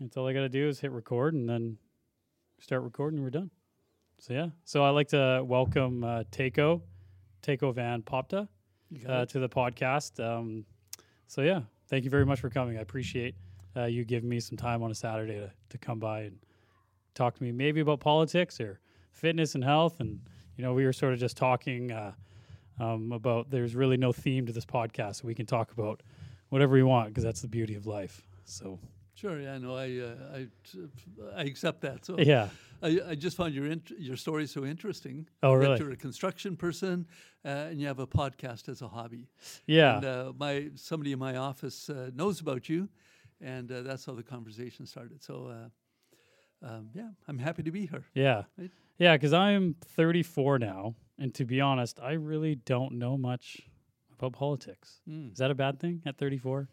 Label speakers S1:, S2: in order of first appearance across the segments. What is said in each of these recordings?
S1: That's all I got to do is hit record and then start recording. We're done. So yeah. So I'd like to welcome uh, Takeo, Takeo Van Popta, uh, to the podcast. Um, so yeah, thank you very much for coming. I appreciate uh, you giving me some time on a Saturday to, to come by and talk to me, maybe about politics or fitness and health. And you know, we were sort of just talking uh, um, about there's really no theme to this podcast. So we can talk about whatever we want because that's the beauty of life. So
S2: Sure, yeah, no, I, uh, I, t- I accept that. So
S1: yeah.
S2: I, I just found your int- your story so interesting.
S1: Oh,
S2: that
S1: really?
S2: you're a construction person, uh, and you have a podcast as a hobby.
S1: Yeah.
S2: And uh, my somebody in my office uh, knows about you, and uh, that's how the conversation started. So, uh, um, yeah, I'm happy to be here.
S1: Yeah.
S2: Right?
S1: Yeah, because I'm 34 now. And to be honest, I really don't know much about politics.
S2: Mm.
S1: Is that a bad thing at 34?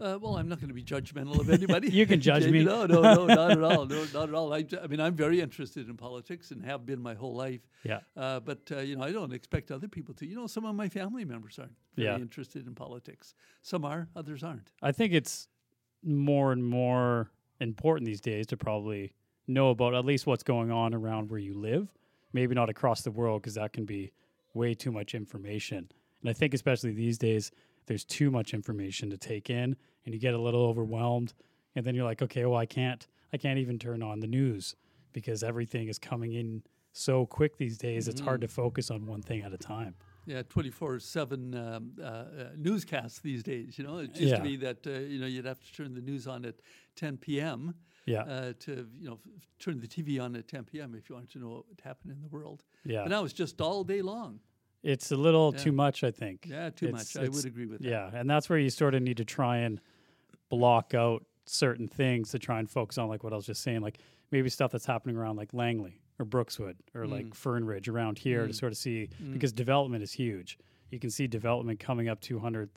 S2: Uh, well, I'm not going to be judgmental of anybody.
S1: You can judge
S2: Jamie.
S1: me.
S2: No, no, no, not at all. No, not at all. I, I mean, I'm very interested in politics and have been my whole life.
S1: Yeah.
S2: Uh, but uh, you know, I don't expect other people to. You know, some of my family members aren't very
S1: Yeah.
S2: interested in politics. Some are, others aren't.
S1: I think it's more and more important these days to probably know about at least what's going on around where you live. Maybe not across the world because that can be way too much information. And I think especially these days, there's too much information to take in, and you get a little overwhelmed. And then you're like, okay, well, I can't, I can't even turn on the news because everything is coming in so quick these days. It's
S2: Mm.
S1: hard to focus on one thing at a time.
S2: Yeah, 24 7 um, uh, uh, newscasts these days. You know, it used
S1: Yeah.
S2: to be that, uh, you know, you'd have to turn the news on at 10 p.m.
S1: Yeah,
S2: Uh, to, you know, f- turn the TV on at 10 p.m. if you wanted to know what would happen in the world.
S1: yeah.
S2: But now it's just all day long.
S1: It's a little
S2: Yeah.
S1: too much, I think.
S2: Yeah, too
S1: It's-
S2: much. I
S1: it's-
S2: would agree with that.
S1: Yeah, and that's where you sort of need to try and block out certain things to try and focus on, like what I was just saying, like maybe stuff that's happening around like Langley or Brookswood or
S2: Mm.
S1: like Fern Ridge around here to sort of see because development is huge. You can see development coming up 200th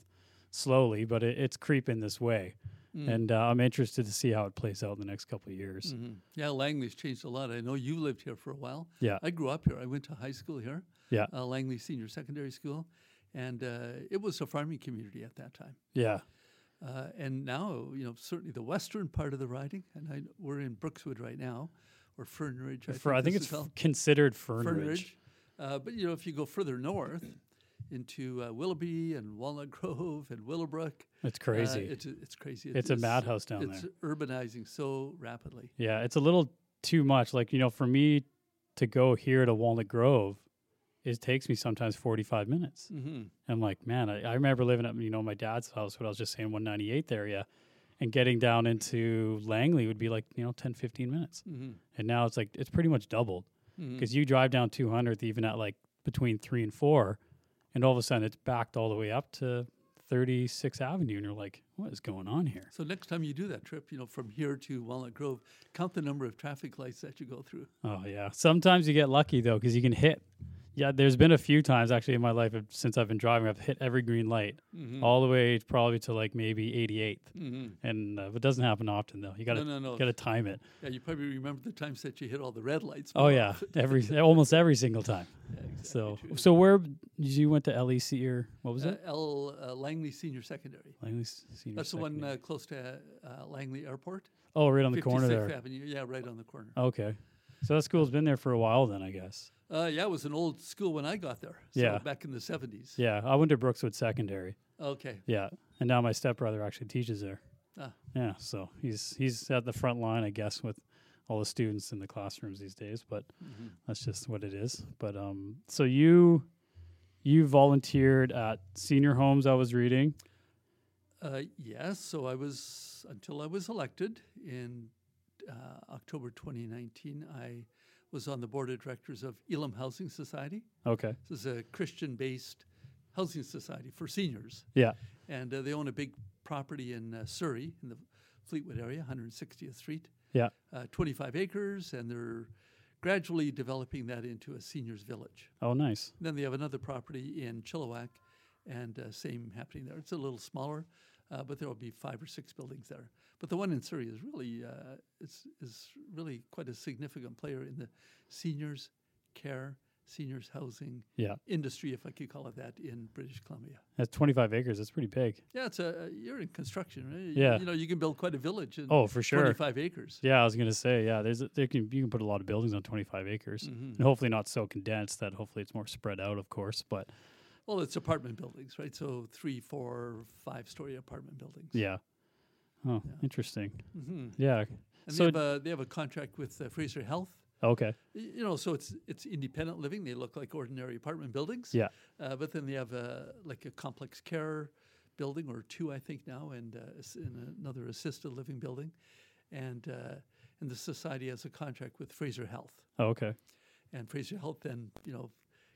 S1: slowly, but it, it's creeping this way.
S2: Mm.
S1: And uh, I'm interested to see how it plays out in the next couple of years.
S2: Mhm. Yeah, Langley's changed a lot. I know you lived here for a while.
S1: Yeah.
S2: I grew up here. I went to high school here.
S1: Yeah.
S2: uh, Langley Senior Secondary School, and uh, it was a farming community at that time.
S1: Yeah.
S2: Uh, and now, you know, certainly the western part of the riding, and I, we're in Brookswood right now, or Fern Ridge. I
S1: For, I think
S2: this
S1: it's
S2: is all-
S1: f- considered Fern,
S2: Fern
S1: Ridge.
S2: Ridge. Uh, but you know, if you go further north into uh, Willoughby and Walnut Grove and Willowbrook,
S1: It's
S2: uh,
S1: crazy. it's,
S2: it's, it's crazy.
S1: a madhouse down there.
S2: It's urbanizing so rapidly.
S1: Yeah, it's a little too much. Like, you know, for me to go here to Walnut Grove, it takes me sometimes 45 minutes.
S2: hmm
S1: I'm like, man, I, I remember living at, you know, my dad's house, what I was just saying, 198th area, and getting down into Langley would be like, you know, 10, 15 minutes.
S2: hmm
S1: And now it's like, it's pretty much doubled
S2: Mm.
S1: because you drive down 200th, even at like between three and four, and all of a sudden it's backed all the way up to 36th Avenue. And you're like, what is going on here?
S2: So next time you do that trip, you know, from here to Walnut Grove, count the number of traffic lights that you go through.
S1: Oh yeah. Sometimes you get lucky though because you can hit. Yeah, there's been a few times actually in my life of- since I've been driving, I've hit every green light
S2: Mm.
S1: all the way probably to like maybe 88th,
S2: Mm-hmm.
S1: and uh, it doesn't happen often though. You gotta
S2: no, no.
S1: gotta time it.
S2: Yeah, you probably remember the times that you hit all the red lights.
S1: Oh yeah, every almost every single time.
S2: Yeah, exactly
S1: So
S2: true.
S1: so where you went to LEC or what was
S2: Uh,
S1: it?
S2: L uh, Langley Senior Secondary.
S1: Langley S- Senior.
S2: That's the one
S1: Secondary.
S2: uh, close to uh, Langley Airport.
S1: oh, right on the corner
S2: 56th
S1: there.
S2: Avenue. Yeah, right on the corner.
S1: Okay, so that school's been there for a while then, I guess.
S2: Uh, yeah, it was an old school when I got there. So
S1: Yeah.
S2: Back in the 70s.
S1: Yeah, I went to Brookswood Secondary.
S2: Okay.
S1: Yeah, and now my stepbrother actually teaches there.
S2: Ah.
S1: Yeah, so he's he's at the front line, I guess, with all the students in the classrooms these days. But
S2: Mm-hmm.
S1: that's just what it is. But um, so you you volunteered at senior homes. I was reading.
S2: Uh, yes, so I was, until I was elected in uh, October 2019, I was on the board of directors of Elam Housing Society.
S1: Okay.
S2: This is a Christian based housing society for seniors.
S1: Yeah.
S2: And uh, they own a big property in uh, Surrey, in the Fleetwood area, 160th Street,
S1: Yeah.
S2: uh, 25 acres, and they're gradually developing that into a seniors village.
S1: Oh, nice.
S2: Then they have another property in Chilliwack, and uh, same happening there. It's a little smaller, uh, but there will be five or six buildings there. But the one in Surrey is really uh, is is really quite a significant player in the seniors care seniors housing
S1: Yeah.
S2: industry, if I could call it that, in British Columbia.
S1: That's 25 acres. That's pretty big.
S2: Yeah, it's a you're in construction, right? You-
S1: Yeah.
S2: you know you can build quite a village in
S1: Oh, for sure.
S2: 25 acres.
S1: Yeah, I was gonna say, yeah, there's a, there can you can put a lot of buildings on 25 acres,
S2: Mm. Mm-hmm.
S1: and hopefully not so condensed that hopefully it's more spread out, of course. But
S2: Well, it's apartment buildings, right? So three, four, five-story apartment buildings.
S1: yeah, oh,
S2: Yeah.
S1: interesting.
S2: hmm
S1: Yeah.
S2: And
S1: So-
S2: they, have a, they have a contract with uh, Fraser Health.
S1: Okay.
S2: Y- You know, so it's it's independent living. They look like ordinary apartment buildings.
S1: Yeah.
S2: Uh, but then they have a like a complex care building or two, I think now, and uh, ass- in another assisted living building, and uh, and the society has a contract with Fraser Health,
S1: Oh, okay.
S2: and Fraser Health then you know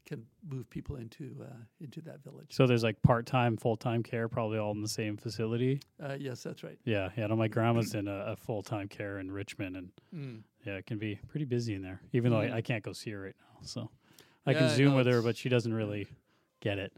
S2: can move people into uh, into that village.
S1: So there's like part time, full time care, probably all in the same facility.
S2: Uh, yes, that's right.
S1: Yeah. Yeah. No, my grandma's in a, a full time care in Richmond, and
S2: Mm.
S1: yeah, it can be pretty busy in there. Even though
S2: Mhm.
S1: I, I can't go see her right now, so I
S2: Yeah,
S1: can
S2: I
S1: zoom
S2: know,
S1: with her,
S2: it's-
S1: but she doesn't really get it.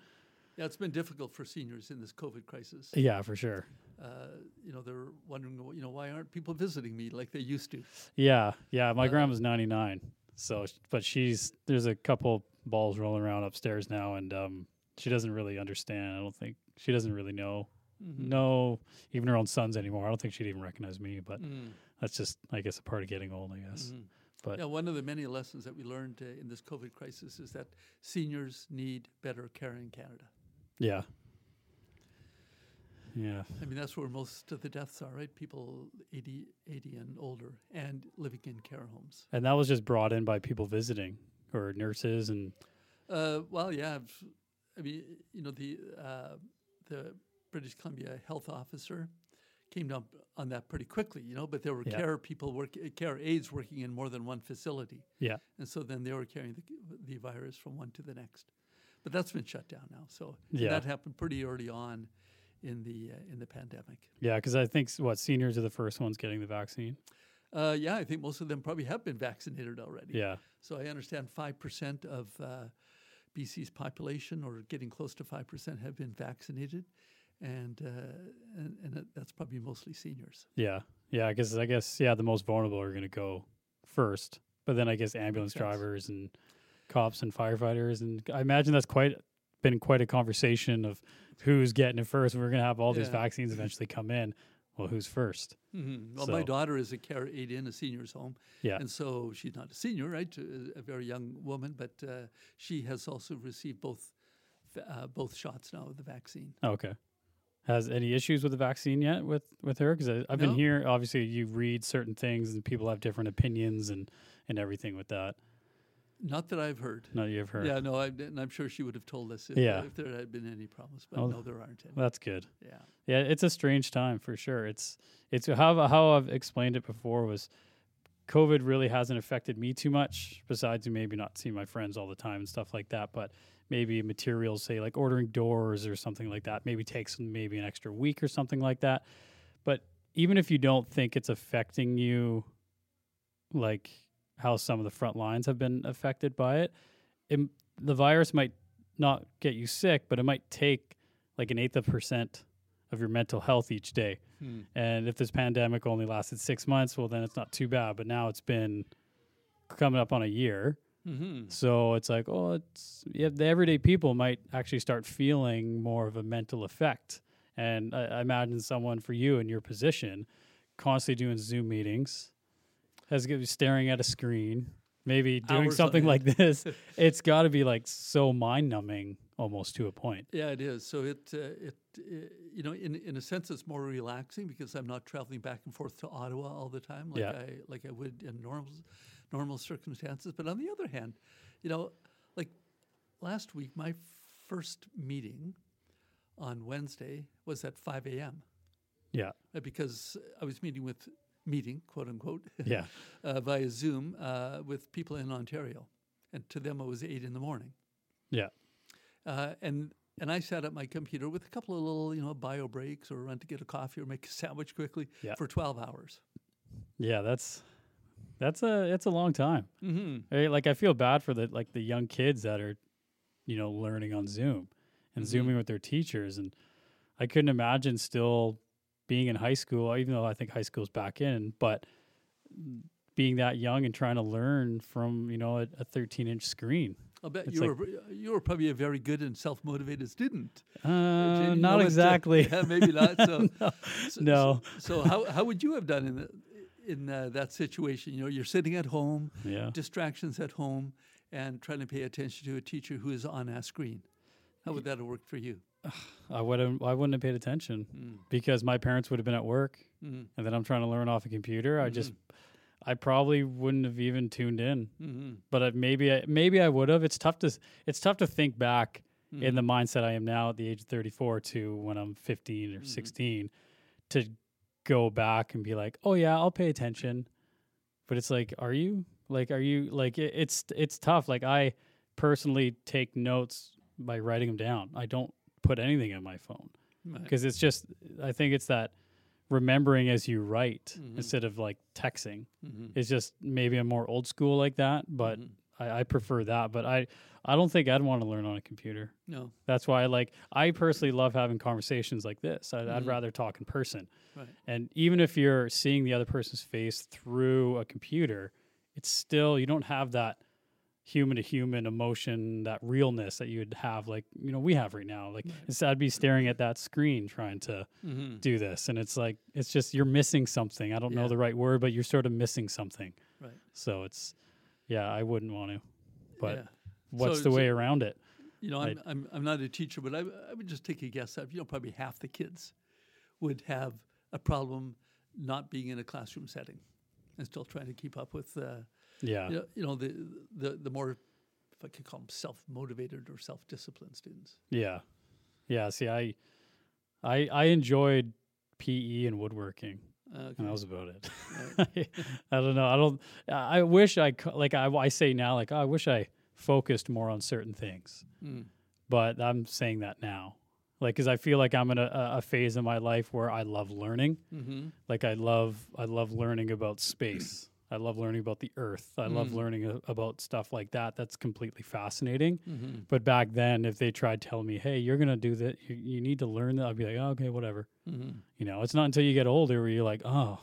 S2: Yeah, it's been difficult for seniors in this COVID crisis.
S1: Yeah, for sure.
S2: Uh, you know, they're wondering, "Well, you know, why aren't people visiting me like they used to?
S1: Yeah, yeah. My grandma's 99, so sh- but she's there's a couple balls rolling around upstairs now, and um, she doesn't really understand. I don't think she doesn't really know
S2: Mm.
S1: Mm-hmm. know even her own sons anymore. I don't think she'd even recognize me, but
S2: Mm,
S1: that's just I guess a part of getting old. I guess.
S2: mhm.
S1: But-
S2: yeah, one of the many lessons that we learned uh, in this COVID crisis is that seniors need better care in Canada.
S1: Yeah. Yeah.
S2: I mean, that's where most of the deaths are, right? People 80, 80 and older and living in care homes.
S1: And that was just brought in by people visiting or nurses and
S2: Uh, well, yeah, I've- I mean, you know, the uh, the British Columbia health officer came down on that pretty quickly, you know. But there were
S1: Yeah.
S2: care people work, uh, care aides working in more than one facility,
S1: yeah.
S2: and so then they were carrying the, the virus from one to the next. But that's been shut down now, so and
S1: Yeah.
S2: that happened pretty early on in the uh, in the pandemic.
S1: Yeah, because I think s- what seniors are the first ones getting the vaccine.
S2: Uh, yeah, I think most of them probably have been vaccinated already.
S1: Yeah,
S2: So I understand 5% of uh, BC's population, or getting close to 5%, have been vaccinated. And, uh, and, and that- that's probably mostly seniors.
S1: yeah, yeah. Because I guess yeah, the most vulnerable are going to go first, but then I guess ambulance
S2: sense.
S1: drivers and cops and firefighters, and I imagine that's quite been quite a conversation of who's getting it first. We're going to have all these
S2: Yeah.
S1: vaccines eventually come in. Well, who's first?
S2: Well, my
S1: Mm-hmm. So-
S2: daughter is a care aide in a senior's home.
S1: Yeah.
S2: And so she's not a senior, right? Uh, A, a very young woman, but uh, she has also received both, va- uh, both shots now of the vaccine.
S1: Okay. Has any issues with the vaccine yet with with her? Because I've
S2: No.
S1: been here. Obviously, you read certain things, and people have different opinions and and everything with that.
S2: Not that I've heard.
S1: Not you've heard.
S2: Yeah, no, I, and I'm sure she would have told us if,
S1: Yeah.
S2: if there had been any problems, but
S1: Oh,
S2: no, there aren't any.
S1: Well, that's good.
S2: Yeah.
S1: Yeah, it's a strange time for sure. It's it's how how I've explained it before was COVID really hasn't affected me too much, besides maybe not seeing my friends all the time and stuff like that. But maybe materials, say like ordering doors or something like that, maybe takes maybe an extra week or something like that. But even if you don't think it's affecting you, like how some of the front lines have been affected by it, it the virus might not get you sick, but it might take like an eighth of percent of your mental health each day.
S2: Hmm.
S1: And if this pandemic only lasted six months, well, then it's not too bad. But now it's been coming up on a year.
S2: Mm-hmm.
S1: So it's like, oh, it's yeah, the everyday people might actually start feeling more of a mental effect. And I, I imagine someone for you in your position, constantly doing Zoom meetings, has gonna be staring at a screen, maybe doing
S2: Hours on
S1: something
S2: end.
S1: like this. it's got to be like so mind numbing almost to a point.
S2: Yeah, it is. So it, uh, it, uh, you know, in in a sense, it's more relaxing because I'm not traveling back and forth to Ottawa all the time like
S1: Yeah.
S2: I like I would in normal normal circumstances. But on the other hand, you know, like last week, my first meeting on Wednesday was at 5 a.m.
S1: Yeah.
S2: uh, because I was meeting with meeting quote unquote
S1: Yeah.
S2: uh, via Zoom uh, with people in Ontario, and to them it was eight in the morning.
S1: Yeah.
S2: Uh, and and I sat at my computer with a couple of little, you know, bio breaks or run to get a coffee or make a sandwich quickly
S1: Yeah.
S2: for 12 hours.
S1: Yeah. That's, that's a, it's a long time.
S2: Mm-hmm.
S1: Hey, like I feel bad for the like the young kids that are, you know, learning on Zoom and
S2: Mhm.
S1: zooming with their teachers, and I couldn't imagine still being in high school, even though I think high school's back in, but being that young and trying to learn from you know a, a 13 inch screen.
S2: I'll bet
S1: It's
S2: you
S1: like-
S2: were you were probably a very good and self motivated student.
S1: Uh, not
S2: Jamie, no, it's, uh,
S1: exactly.
S2: yeah, maybe not. So,
S1: No.
S2: so-
S1: No.
S2: So, so how how would you have done in the, in uh, that situation? You know, you're sitting at home,
S1: Yeah.
S2: distractions at home, and trying to pay attention to a teacher who is on a screen. How would that have worked for you?
S1: I wouldn't. I wouldn't have paid attention because my parents would have been at work,
S2: Mm.
S1: and then I'm trying to learn off a computer. I just, I probably wouldn't have even tuned in.
S2: Mm-hmm.
S1: But I, maybe, I, maybe I would have. It's tough to. s- It's tough to think back in the mindset I am now at the age of 34 to when I'm 15 or 16 to go back and be like, oh yeah, I'll pay attention. But it's like, are you? Like, are you? Like, it, it's it's tough. Like, I personally take notes by writing them down. I don't put anything in my phone because it's just i think it's that remembering as you write instead of like texting
S2: Mm-hmm.
S1: it's just maybe i'm more old school like that but I, I prefer that but i i don't think i'd want to learn on a computer
S2: No,
S1: that's why i like i personally love having conversations like this i'd, I'd rather talk in person
S2: Mm-hmm. right.
S1: and even if you're seeing the other person's face through a computer it's still you don't have that human to human emotion that realness that you'd have like you know we have right now like instead i'd be staring at that screen trying to
S2: Mm-hmm.
S1: do this and it's like it's just you're missing something i don't
S2: Yeah.
S1: know the right word but you're sort of missing something
S2: Right.
S1: so it's yeah i wouldn't want to but
S2: yeah.
S1: what's
S2: So-
S1: the
S2: so-
S1: way around it
S2: You know,
S1: I-
S2: I'm, I'm, I'm not a teacher, but I, I would just take a guess. that, You know, probably half the kids would have a problem not being in a classroom setting and still trying to keep up with, uh,
S1: yeah
S2: you, know, you know, the, the, the more, if I could call them self-motivated or self-disciplined students.
S1: Yeah. Yeah. See, I, I, I enjoyed PE and woodworking,
S2: Uh,
S1: and that was about it. I don't know. I don't. I wish I c- like. I, I say now, like "Oh, I wish I focused more on certain things,
S2: Mm.
S1: but I'm saying that now, like because I feel like I'm in a, a- a phase in my life where I love learning.
S2: mm-hmm.
S1: Like I love, I love learning about space. I love learning about the Earth. I love learning a, about stuff like that. That's completely fascinating.
S2: Mm-hmm.
S1: But back then, if they tried telling me, "Hey, you're gonna do that. You, you need to learn that," I'd be like, oh, "Okay, whatever."
S2: Mm-hmm.
S1: You know, it's not until you get older where you're like, "Oh,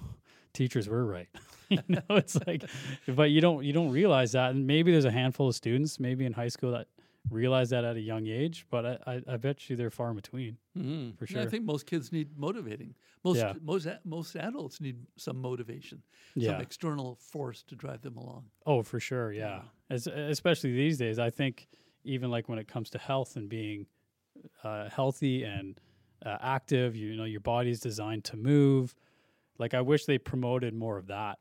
S1: teachers were right." you know, it's like, but you don't you don't realize that. And maybe there's a handful of students, maybe in high school, that realize that at a young age. But I I, I bet you they're far in between.
S2: Mm-hmm.
S1: For
S2: I
S1: sure.
S2: think most kids need motivating. Most
S1: Yeah.
S2: most a- most adults need some motivation,
S1: Yeah.
S2: some external force to drive them along.
S1: Oh, for sure, yeah. As, especially these days, I think even like when it comes to health and being uh, healthy and uh, active, you know, your body's designed to move. Like I wish they promoted more of that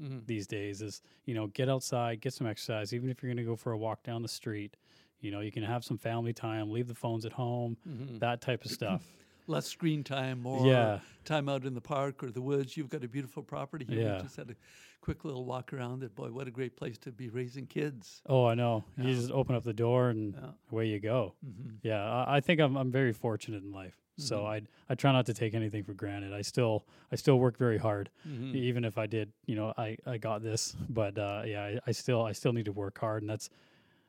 S2: Mhm.
S1: these days. Is you know, get outside, get some exercise, even if you're going to go for a walk down the street. You know, you can have some family time, leave the phones at home, that type of stuff.
S2: less screen time or
S1: Yeah.
S2: time out in the park or the woods. You've got a beautiful property here.
S1: Yeah.
S2: We just had a quick little walk around it. Boy, what a great place to be raising kids.
S1: Oh, I know. You just open up the door and
S2: Yeah.
S1: away you go. Yeah, I, I think I'm I'm very fortunate in life. So I I try not to take anything for granted. I still I still work very hard,
S2: Mm-hmm.
S1: even if I did. You know, I I got this, but uh, yeah, I, I still I still need to work hard, and that's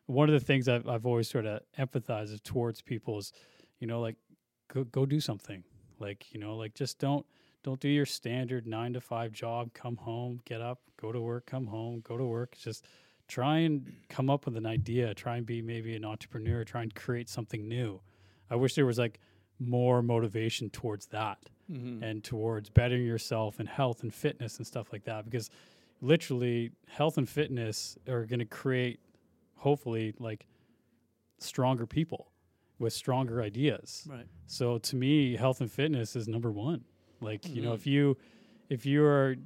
S1: one of the things I've I've always sort of empathized towards people is, you know, like go go do something, like you know, like just don't don't do your standard nine to five job. Come home, get up, go to work, come home, go to work. It's just try and come up with an idea. Try and be maybe an entrepreneur. Try and create something new. I wish there was like more motivation towards that and towards bettering yourself in health and fitness and stuff like that because literally health and fitness are going to create hopefully like stronger people with stronger ideas
S2: Right.
S1: so to me, health and fitness is number one. Like you know, if you if you are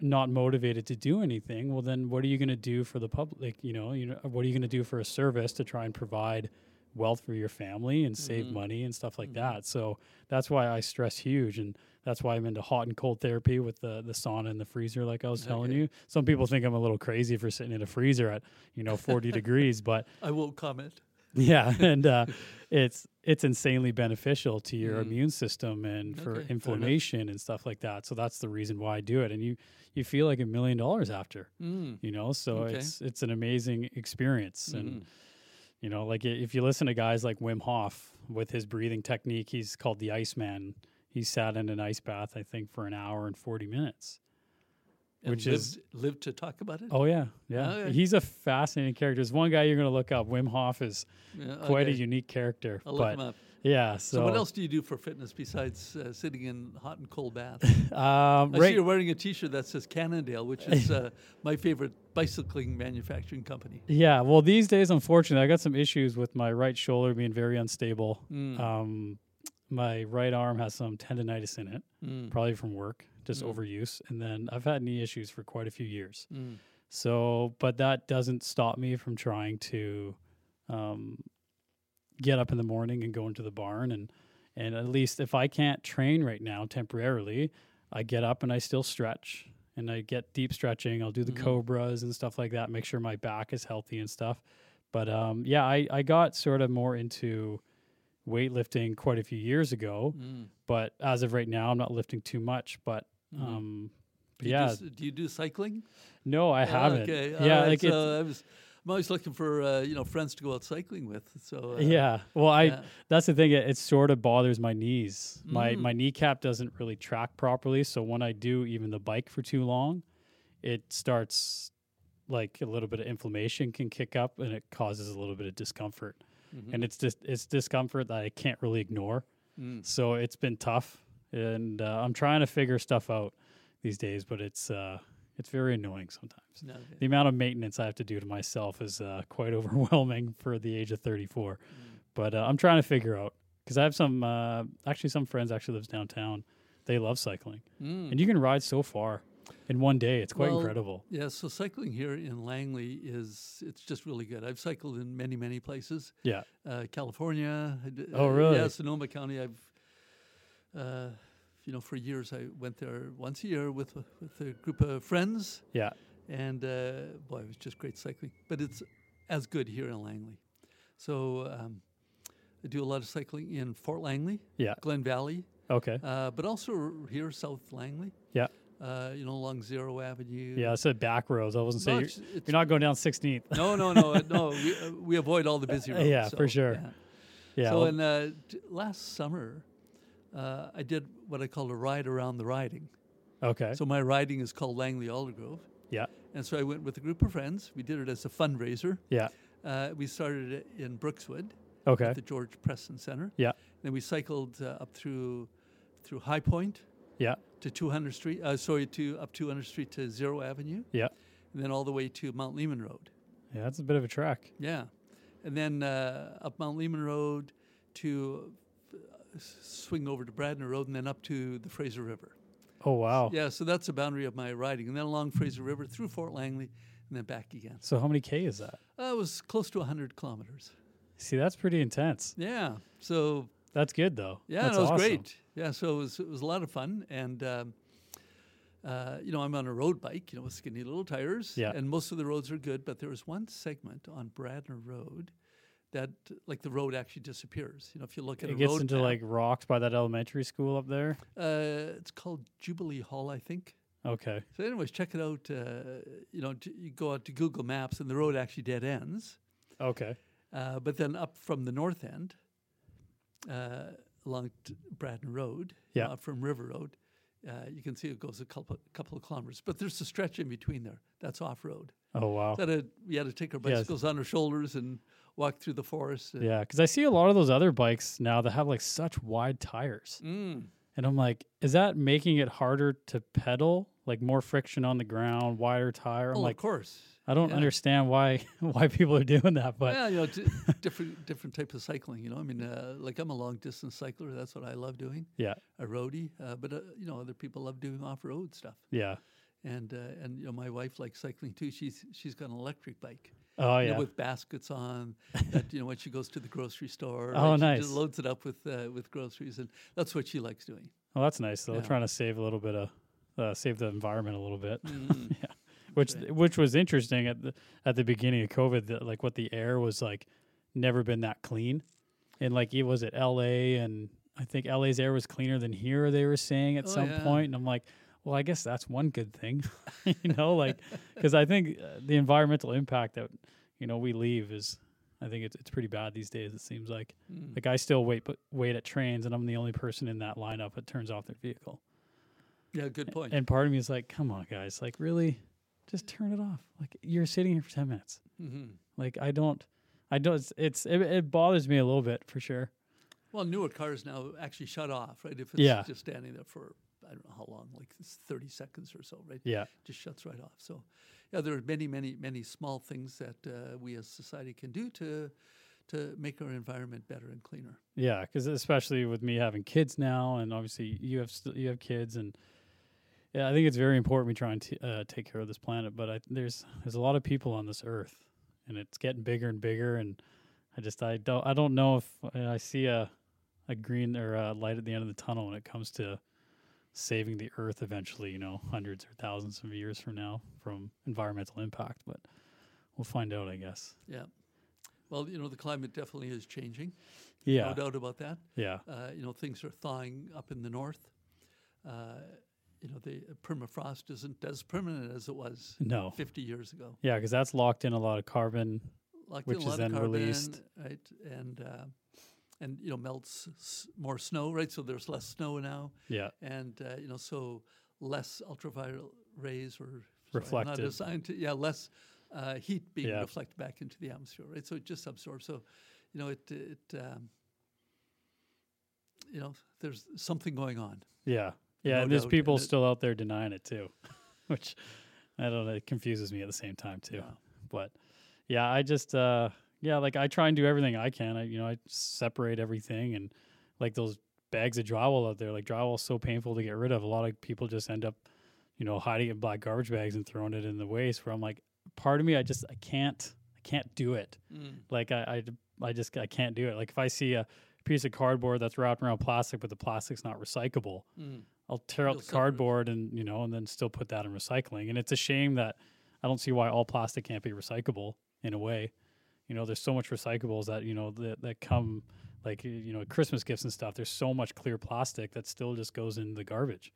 S1: not motivated to do anything, well, then what are you going to do for the public? You know, you know, what are you going to do for a service to try and provide wealth for your family and save money and stuff like that? So that's why I stress huge, and that's why I'm into hot and cold therapy with the the sauna and the freezer. Like I was telling
S2: Okay.
S1: you, some people think I'm a little crazy for sitting in a freezer at you know 40 degrees, but
S2: I won't comment.
S1: yeah, and uh, it's it's insanely beneficial to your immune system and
S2: Mm. Okay, fair
S1: for
S2: enough.
S1: inflammation and stuff like that. So that's the reason why I do it. And you you feel like a million dollars after,
S2: Mm.
S1: you know. So
S2: Okay. Mm.
S1: it's it's an amazing experience. And you know, like i- if you listen to guys like Wim Hof with his breathing technique, he's called the Iceman. He sat in an ice bath, I think, for an hour and forty minutes.
S2: and
S1: Which
S2: lived,
S1: is-
S2: lived to talk about it.
S1: Oh yeah, yeah.
S2: Okay.
S1: He's a fascinating character. There's one guy you're gonna look up. Wim Hof is
S2: Yeah,
S1: quite a
S2: okay.
S1: unique character.
S2: I'll look
S1: but
S2: him up.
S1: yeah,
S2: So,
S1: so,
S2: what else do you do for fitness besides uh, sitting in hot and cold baths?
S1: Um,
S2: I see
S1: right,
S2: you're wearing a T-shirt that says Cannondale, which is uh, my favorite bicycling manufacturing company.
S1: Yeah, well, these days, unfortunately, I got some issues with my right shoulder being very unstable.
S2: Mm.
S1: Um, my right arm has some tendonitis in it,
S2: Mm.
S1: probably from work, just overuse. And then I've had knee issues for quite a few years. So, but that doesn't stop me from trying to um, get up in the morning and go into the barn and and at least if I can't train right now temporarily, I get up and I still stretch and I get deep stretching. I'll do
S2: Mm-hmm.
S1: the cobras and stuff like that. Make sure my back is healthy and stuff. But um, yeah, I, I got sort of more into weightlifting quite a few years ago.
S2: Mm.
S1: But as of right now, I'm not lifting too much. But um, but
S2: Do Mm-hmm. you
S1: yeah,
S2: do, s- do you do cycling?
S1: no, I
S2: Oh,
S1: haven't.
S2: Okay. all
S1: Yeah,
S2: right,
S1: like it's,
S2: so I was, I'm always looking for uh, you know friends to go out cycling with. So uh,
S1: yeah. Well, I
S2: yeah.
S1: that's the thing. It, it sort of bothers my knees. My my kneecap doesn't really track properly. So when I do even the bike for too long, it starts like a little bit of inflammation can kick up, and it causes a little bit of discomfort. And it's just it's discomfort that I can't really ignore.
S2: Mm.
S1: So it's been tough, and uh, I'm trying to figure stuff out these days. But it's uh, it's very annoying sometimes
S2: no, okay.
S1: the amount of maintenance I have to do to myself is uh, quite overwhelming for the age of 34. But uh, I'm trying to figure out because I have some uh, actually some friends actually lives downtown. They love cycling,
S2: Hmm. Mm.
S1: and you can ride so far in one day. It's quite
S2: Well,
S1: incredible.
S2: Yeah, so cycling here in Langley is it's just really good. I've cycled in many many places.
S1: Yeah,
S2: uh, California. I d-
S1: Oh,
S2: uh, Yeah,
S1: really?
S2: Sonoma County. I've, uh, you know, for years I went there once a year with a- with a group of friends,
S1: yeah,
S2: and uh, boy, it was just great cycling. But it's as good here in Langley. So um, I do a lot of cycling in Fort Langley,
S1: yeah.
S2: Glen Valley,
S1: Okay,
S2: uh, but also here South Langley.
S1: yeah,
S2: Uh, you know, along Zero Avenue.
S1: yeah. I said back rows. I wasn't saying
S2: No,
S1: you're,
S2: it's- it's-
S1: you're not going down 16th.
S2: No, no, no, uh, no. We, uh, we avoid all the busy roads.
S1: yeah, for
S2: so,
S1: sure.
S2: yeah.
S1: yeah,
S2: So
S1: well,
S2: in uh, t- last summer, uh, I did what I call a ride around the riding.
S1: okay,
S2: So my riding is called Langley Aldergrove,
S1: yeah,
S2: and so I went with a group of friends. We did it as a fundraiser.
S1: yeah,
S2: Uh, we started it in Brookswood
S1: okay,
S2: at the George Preston Center.
S1: yeah,
S2: Then we cycled uh, up through through High Point
S1: yeah,
S2: to 200 Street. Uh, sorry, to up 200 Street to Zero Avenue,
S1: yeah,
S2: and then all the way to Mount Lehman Road.
S1: yeah. That's a bit of a track.
S2: Yeah, and then uh, up Mount Lehman Road to uh, s- swing over to Bradner Road, and then up to the Fraser River.
S1: Oh wow.
S2: Yeah, so that's the boundary of my riding, and then along Fraser River through Fort Langley, and then back again.
S1: So how many k is that?
S2: That was close to 100 kilometers.
S1: See, that's pretty intense.
S2: Yeah, so
S1: That's good though.
S2: yeah,
S1: that's
S2: that was
S1: awesome.
S2: great. Yeah, so it was it was a lot of fun, and um, uh, you know I'm on a road bike, you know, with skinny little tires,
S1: Yeah.
S2: and most of the roads are good, but there was one segment on Bradner Road that like the road actually disappears. You know, if you look at a
S1: it gets
S2: road
S1: into
S2: map,
S1: like rocks by that elementary school up there.
S2: uh, it's called Jubilee Hall, I think.
S1: Okay.
S2: So, anyways, check it out. Uh, you know, j- you go out to Google Maps, and the road actually dead ends.
S1: Okay.
S2: Uh, but then up from the north end, uh, along t- Braddon Road, you know,
S1: Yeah.
S2: up from River Road, uh, you can see it goes a couple couple of kilometers. But there's a stretch in between there that's off road.
S1: Oh wow.
S2: So that, uh, we had to take our
S1: Yes.
S2: bicycles on our shoulders and walk through the forest. And,
S1: Yeah, because I see a lot of those other bikes now that have like such wide tires,
S2: Mm.
S1: and I'm like, is that making it harder to pedal? Like more friction on the ground, wider tire. I'm
S2: Well,
S1: like,
S2: Oh, of course.
S1: I don't
S2: yeah.
S1: understand why why people are doing that, but
S2: yeah, you know, d- different different types of cycling. You know, I mean, uh, like I'm a long distance cycler. That's what I love doing.
S1: yeah,
S2: a roadie, uh, but uh, you know other people love doing off-road stuff.
S1: yeah.
S2: And uh, and you know my wife likes cycling too. She's she's got an electric bike
S1: Oh
S2: you know,
S1: yeah.
S2: with baskets on. that you know when she goes to the grocery store,
S1: Oh,
S2: right, she
S1: nice.
S2: just loads it up with uh, with groceries, and that's what she likes doing.
S1: Well, that's nice. though.
S2: Yeah.
S1: trying to save a little bit of uh, save the environment a little bit.
S2: Mm-hmm.
S1: yeah, which which was interesting at the at the beginning of COVID. That like what the air was like, never been that clean, and like it was at L.A. and I think L.A.'s air was cleaner than here. They were saying at
S2: Oh,
S1: some
S2: yeah.
S1: point, and I'm like. Well, I guess that's one good thing, you know, like because I think uh, the environmental impact that you know we leave is, I think it's it's pretty bad these days. It seems like
S2: Mm-hmm.
S1: like I still wait but wait at trains, and I'm the only person in that lineup that turns off their vehicle.
S2: Yeah, good point.
S1: And part of me is like, come on, guys, like really, just turn it off. Like you're sitting here for ten minutes.
S2: hmm
S1: Like I don't, I don't. It's, it's it, it bothers me a little bit for sure.
S2: Well, newer cars now actually shut off, right? If it's
S1: Yeah.
S2: just standing there for I don't know how long, like s- 30 seconds or so, right?
S1: Yeah,
S2: Just shuts right off. So, yeah, there are many, many, many small things that uh, we as society can do to to make our environment better and cleaner.
S1: yeah. Because especially with me having kids now, and obviously you have st- you have kids, and yeah, I think it's very important we try and t- uh, take care of this planet. But I, there's there's a lot of people on this earth, and it's getting bigger and bigger. And I just I don't I don't know if uh, I see a a green or a light at the end of the tunnel when it comes to saving the earth eventually. You know, hundreds or thousands of years from now from environmental impact, but we'll find out, I guess.
S2: Yeah. Well, you know, the climate definitely is changing.
S1: Yeah,
S2: No doubt about that.
S1: yeah,
S2: Uh, you know, things are thawing up in the north. Uh, you know, the permafrost isn't as permanent as it was
S1: no.
S2: 50 years ago.
S1: Yeah, because that's locked in a lot of carbon.
S2: locked
S1: which
S2: in a
S1: is
S2: lot
S1: then
S2: of carbon,
S1: released.
S2: right? And uh, and you know melts s- more snow, right? So there's less snow now,
S1: Yeah,
S2: and uh, you know so less ultraviolet rays or sorry, I'm Not a
S1: Reflected.
S2: scientist, yeah, less uh, heat being
S1: Yeah.
S2: reflected back into the atmosphere, right? So it just absorbs. So you know it it um, you know there's something going on.
S1: yeah, yeah.
S2: No
S1: and there's
S2: doubt, and
S1: people
S2: it-
S1: still out there denying it too, which I don't know. It confuses me at the same time too.
S2: Yeah.
S1: But yeah, I just uh yeah, like I try and do everything I can. I you know I separate everything and like those bags of drywall out there. Like drywall's so painful to get rid of. A lot of people just end up you know hiding it in black garbage bags and throwing it in the waste. Where I'm like, part of me, I just I can't I can't do it. Like I, I d- I just I can't do it. Like if I see a piece of cardboard that's wrapped around plastic, but the plastic's not recyclable,
S2: Mm.
S1: I'll tear out
S2: You'll
S1: the
S2: suffer it.
S1: cardboard and you know, and then still put that in recycling. And it's a shame that I don't see why all plastic can't be recyclable in a way. You know, there's so much recyclables that you know that, that come like y- you know Christmas gifts and stuff. There's so much clear plastic that still just goes into the garbage.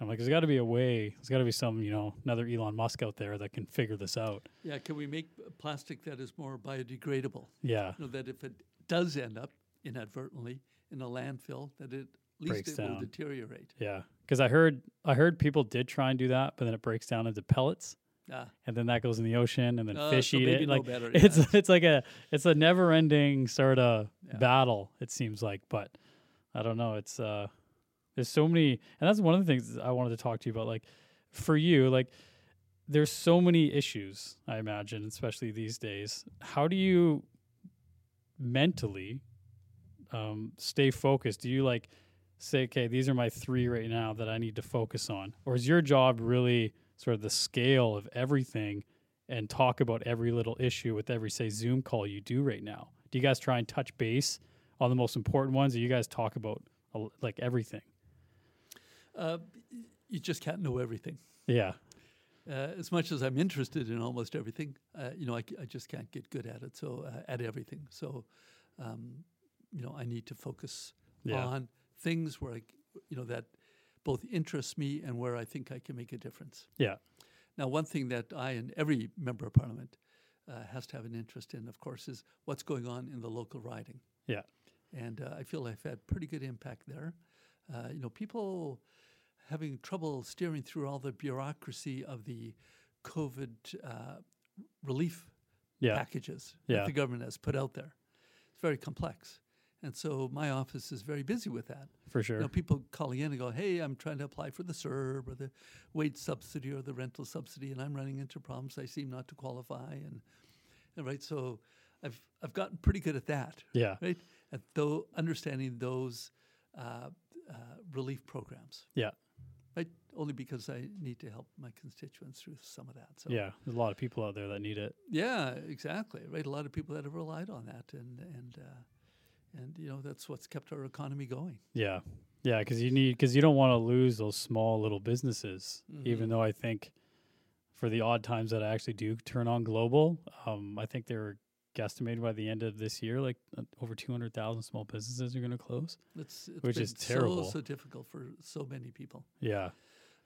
S1: I'm like, there's got to be a way. There's got to be some, you know, another Elon Musk out there that can figure this out.
S2: Yeah, can we make uh, plastic that is more biodegradable?
S1: Yeah,
S2: know that if it does end up inadvertently in a landfill, that it at least
S1: Breaks
S2: it will
S1: down.
S2: deteriorate.
S1: Yeah, because I heard I heard people did try and do that, but then it breaks down into pellets,
S2: Ah,
S1: and then that goes in the ocean, and then
S2: Uh,
S1: fish
S2: so
S1: eat
S2: maybe
S1: it.
S2: no
S1: Like
S2: better,
S1: it's
S2: yeah.
S1: it's like a it's a never ending sort of
S2: Yeah.
S1: battle. It seems like, but I don't know. It's uh, there's so many, and that's one of the things I wanted to talk to you about. Like for you, like there's so many issues. I imagine, especially these days. How do you mentally um, stay focused? Do you like say, okay, these are my three right now that I need to focus on? Or is your job really sort of the scale of everything and talk about every little issue with every, say, Zoom call you do right now? Do you guys try and touch base on the most important ones or you guys talk about a l- like everything?
S2: uh, you just can't know everything.
S1: Yeah.
S2: Uh, as much as I'm interested in almost everything, uh, you know, I, c- I just can't get good at it. So uh, at everything, so um, you know, I need to focus
S1: Yeah.
S2: on things where I, c- you know, that both interests me and where I think I can make a difference.
S1: Yeah.
S2: Now, one thing that I and every member of parliament uh, has to have an interest in, of course, is what's going on in the local riding.
S1: Yeah.
S2: And uh, I feel I've had pretty good impact there. Uh, you know, people having trouble steering through all the bureaucracy of the COVID uh, relief
S1: Yeah.
S2: packages that
S1: Yeah.
S2: the government has put out there. It's very complex. And so my office is very busy with that.
S1: For
S2: You
S1: sure.
S2: know, people calling in and go, "Hey, I'm trying to apply for the SERB or the wage subsidy or the rental subsidy, and I'm running into problems. I seem not to qualify." And, and right, so I've I've gotten pretty good at that,
S1: Yeah.
S2: right? At though understanding those uh, uh, relief programs,
S1: Yeah.
S2: right? Only because I need to help my constituents through some of that. So
S1: Yeah. There's a lot of people out there that need it.
S2: yeah, exactly. Right, a lot of people that have relied on that, and and uh, and you know that's what's kept our economy going.
S1: Yeah. Yeah, because you need because you don't want to lose those small little businesses. Even though I think for the odd times that I actually do turn on global, um, I think they're guesstimated by the end of this year, like uh, over two hundred thousand small businesses are going to close.
S2: It's, it's
S1: Which
S2: been
S1: is terrible.
S2: So, so difficult for so many people.
S1: Yeah,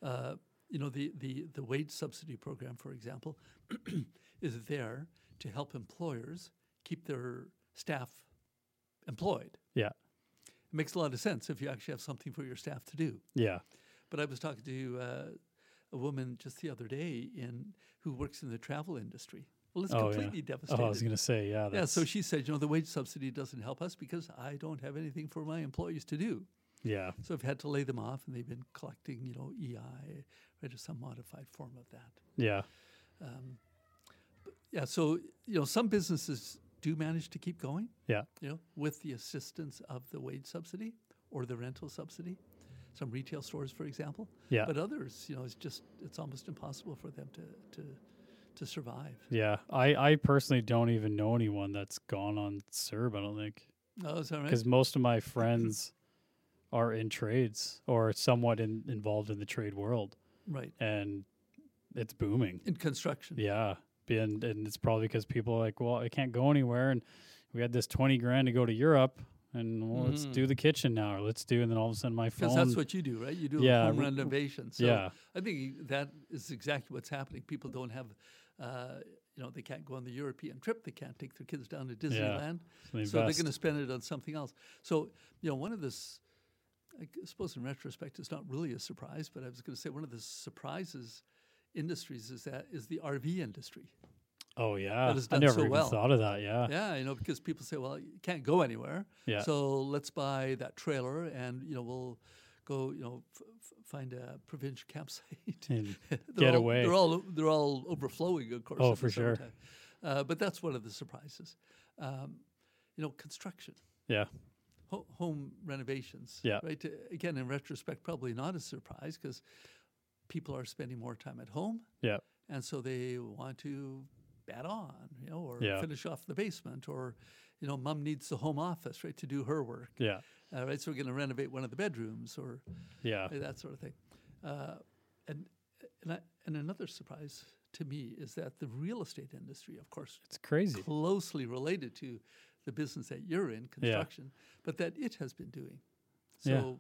S2: Uh, you know, the, the, the wage subsidy program, for example, is there to help employers keep their staff employed.
S1: yeah,
S2: It makes a lot of sense if you actually have something for your staff to do.
S1: yeah,
S2: But I was talking to uh, a woman just the other day in who works in the travel industry. Well, it's
S1: Oh, yeah.
S2: completely
S1: Oh,
S2: devastated.
S1: I was going to say, yeah.
S2: yeah,
S1: That's,
S2: so she said, you know, the wage subsidy doesn't help us because I don't have anything for my employees to do.
S1: yeah,
S2: So I've had to lay them off, and they've been collecting, you know, EI, right, or some modified form of that.
S1: yeah,
S2: Um, but yeah, so you know, some businesses do manage to keep going,
S1: yeah,
S2: you know, with the assistance of the wage subsidy or the rental subsidy. Some retail stores, for example,
S1: yeah,
S2: but others, you know, it's just it's almost impossible for them to to to survive.
S1: yeah. I, I personally don't even know anyone that's gone on CERB, I don't think.
S2: Oh, is that right?
S1: Because most of my friends are in trades or somewhat in, involved in the trade world
S2: Right
S1: and it's booming.
S2: in construction.
S1: Yeah. And, and it's probably because people are like, well, I can't go anywhere. And we had this 20 grand to go to Europe and well, let's
S2: Mhm.
S1: do the kitchen now. Or let's do. And then all of a sudden my phone.
S2: Because that's what you do, right? You do
S1: Yeah,
S2: home
S1: re-
S2: renovation. So
S1: yeah.
S2: I think that is exactly what's happening. People don't have, uh, you know, they can't go on the European trip. They can't take their kids down to Disneyland.
S1: they
S2: so they're
S1: invest.
S2: going to spend it on something else. So, you know, one of this, I g- suppose in retrospect, it's not really a surprise, but I was going to say one of the surprises industries is that is the RV industry.
S1: Oh, yeah.
S2: has
S1: I
S2: done
S1: never
S2: so
S1: even
S2: well.
S1: thought of that. Yeah.
S2: Yeah, you know, because people say, well, you can't go anywhere.
S1: Yeah.
S2: So let's buy that trailer and, you know, we'll go, you know, f- f- find a provincial campsite.
S1: And
S2: They're
S1: get
S2: all-
S1: away.
S2: They're all, they're all overflowing, of course.
S1: Oh,
S2: in the
S1: for sure.
S2: summertime. Uh, but that's one of the surprises. Um, you know, construction,
S1: yeah.
S2: ho- home renovations.
S1: Yeah.
S2: Right. Uh, Again, in retrospect, probably not a surprise because people are spending more time at home
S1: Yeah.
S2: and so they want to bat on, you know, or
S1: Yeah.
S2: finish off the basement, or you know, mom needs the home office, right, to do her work,
S1: Yeah.
S2: uh, right? So we're going to renovate one of the bedrooms, or
S1: Yeah.
S2: uh, that sort of thing. Uh, and and, I, and another surprise to me is that the real estate industry, of course,
S1: It's crazy.
S2: closely related to the business that you're in, construction, but that it has been doing so
S1: Yeah.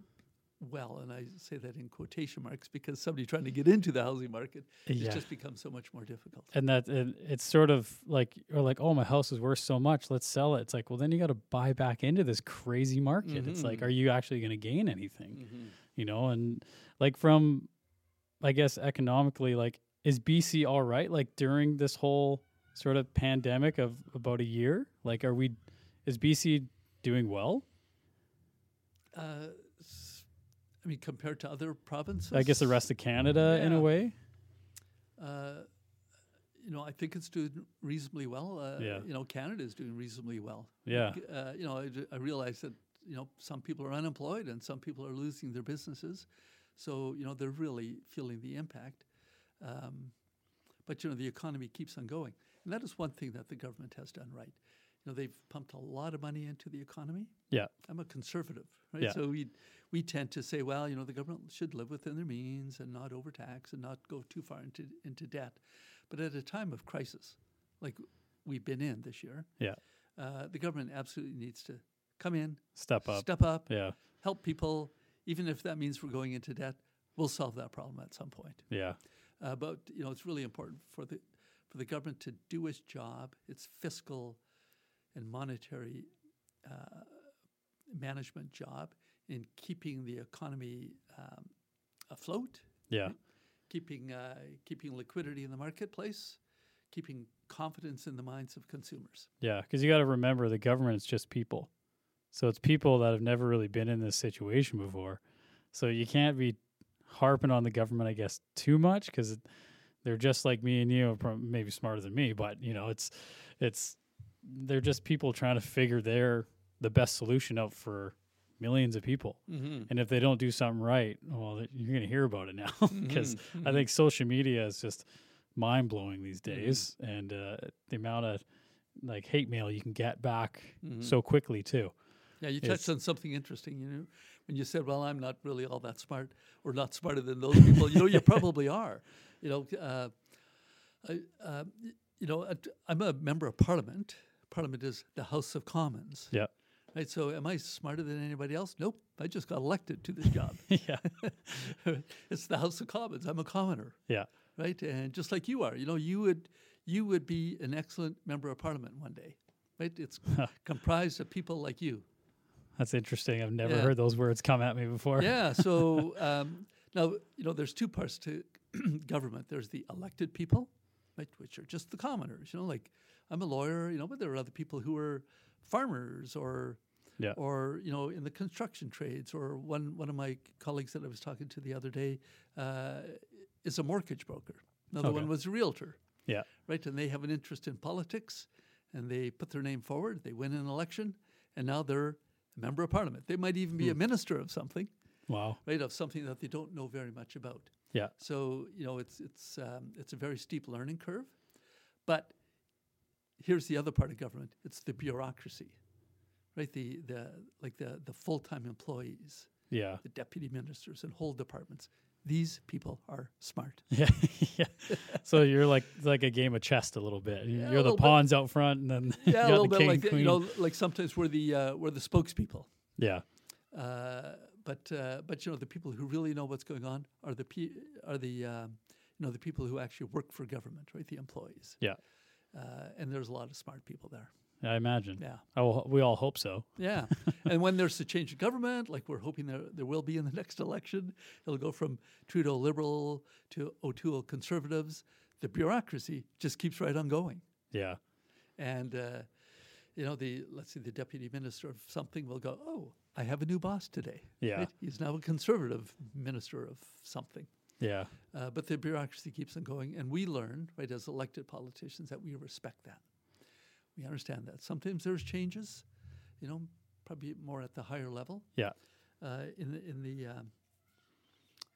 S2: well. And I say that in quotation marks because somebody trying to get into the housing market,
S1: Yeah.
S2: it's just become so much more difficult.
S1: and that and it's sort of like or like oh my house is worth so much let's sell it it's like well then you got to buy back into this crazy market it's like are you actually going to gain anything
S2: Mm. Mm-hmm.
S1: you know and like from i guess economically like is bc all right like during this whole sort of pandemic of about a year like are we is bc doing well
S2: Uh, s- I mean, compared to other provinces,
S1: i guess the rest of canada in a
S2: Yeah.
S1: way
S2: Uh, you know, I think it's doing reasonably well. Uh,
S1: Yeah.
S2: You know, Canada is doing reasonably well.
S1: yeah
S2: G- Uh, you know, I, d- I realize that you know some people are unemployed and some people are losing their businesses, so you know they're really feeling the impact. Um, but you know, the economy keeps on going, and that is one thing that the government has done right. You know, they've pumped a lot of money into the economy.
S1: yeah
S2: I'm a conservative, right?
S1: Yeah.
S2: So we we tend to say, well, you know, the government should live within their means and not overtax and not go too far into into debt. But at a time of crisis, like we've been in this year,
S1: yeah
S2: uh, the government absolutely needs to come in,
S1: step up
S2: step up,
S1: yeah
S2: help people, even if that means we're going into debt. We'll solve that problem at some point.
S1: yeah
S2: Uh, but you know, it's really important for the for the government to do its job, its fiscal and monetary uh, management job in keeping the economy um, afloat,
S1: yeah
S2: keeping uh, keeping liquidity in the marketplace, keeping confidence in the minds of consumers.
S1: Yeah, because you got to remember the government is just people. So it's people that have never really been in this situation before. So you can't be harping on the government, I guess, too much because they're just like me and you, prob- maybe smarter than me, but you know, it's it's they're just people trying to figure their the best solution out for millions of people.
S2: Mm-hmm.
S1: And if they don't do something right, well, th- you're going to hear about it now because Mm-hmm. I think
S2: Mm-hmm.
S1: social media is just mind blowing these days, and uh, the amount of like hate mail you can get back
S2: Mm-hmm.
S1: so quickly too.
S2: Yeah, you
S1: It's-
S2: touched on something interesting. You know, when you said, "Well, I'm not really all that smart, or not smarter than those people," you know, you probably are. You know, uh, I, uh, y- you know, uh, t- I'm a member of Parliament. Parliament is the House of Commons,
S1: Yeah,
S2: right? So, am I smarter than anybody else? Nope. I just got elected to this job.
S1: yeah,
S2: it's the House of Commons. I'm a commoner,
S1: yeah,
S2: right? And just like you are, you know, you would you would be an excellent member of Parliament one day, right? It's comprised of people like you.
S1: that's interesting. I've never
S2: Yeah.
S1: heard those words come at me before.
S2: Yeah. So um, Now, you know, there's two parts to government. There's the elected people, right, which are just the commoners. You know, like I'm a lawyer, you know, but there are other people who are farmers or
S1: Yeah.
S2: or you know in the construction trades or one one of my colleagues that I was talking to the other day uh, is a mortgage broker. Another
S1: Okay.
S2: one was a realtor,
S1: Yeah.
S2: right? And they have an interest in politics, and they put their name forward. They win an election, and now they're a member of parliament. They might even be
S1: Hmm.
S2: a minister of something,
S1: Wow.
S2: right? Of something that they don't know very much about.
S1: Yeah.
S2: So you know, it's it's um, it's a very steep learning curve, but here's the other part of government: it's the bureaucracy, right? The the like the the full time employees,
S1: Yeah.
S2: the deputy ministers, and whole departments. These people are smart.
S1: Yeah, yeah. So you're like it's like a game of chess a little bit. You-
S2: Yeah,
S1: you're
S2: a
S1: the
S2: little bit.
S1: pawns out front, and then
S2: Yeah, a
S1: you got
S2: little
S1: the
S2: bit
S1: king
S2: like the-
S1: queen.
S2: you know, like sometimes we're the uh, we're the spokespeople,
S1: yeah,
S2: uh, but uh, but you know, the people who really know what's going on are the pe- are the um, you know the people who actually work for government, right? The employees.
S1: yeah.
S2: Uh, and there's a lot of smart people there.
S1: I imagine.
S2: Yeah.
S1: I will, we all hope so.
S2: Yeah. and when there's a change of government, like we're hoping there, there will be in the next election, it'll go from Trudeau Liberal to O'Toole Conservatives. The bureaucracy just keeps right on going.
S1: Yeah,
S2: And, uh, you know, the let's say the deputy minister of something will go, oh, I have a new boss today.
S1: Yeah.
S2: He's now a conservative minister of something.
S1: yeah,
S2: Uh, but the bureaucracy keeps on going, and we learn, right, as elected politicians, that we respect that. We understand that. Sometimes there's changes, you know, probably more at the higher level
S1: yeah,
S2: uh, in the in the um,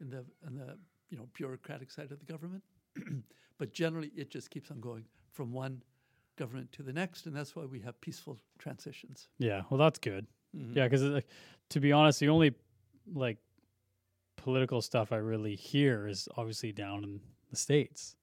S2: in the in the you know bureaucratic side of the government, but generally it just keeps on going from one government to the next, and that's why we have peaceful transitions.
S1: yeah. Well, that's good.
S2: Mm-hmm.
S1: Yeah, because like, to be honest, the only like political stuff I really hear is obviously down in the states.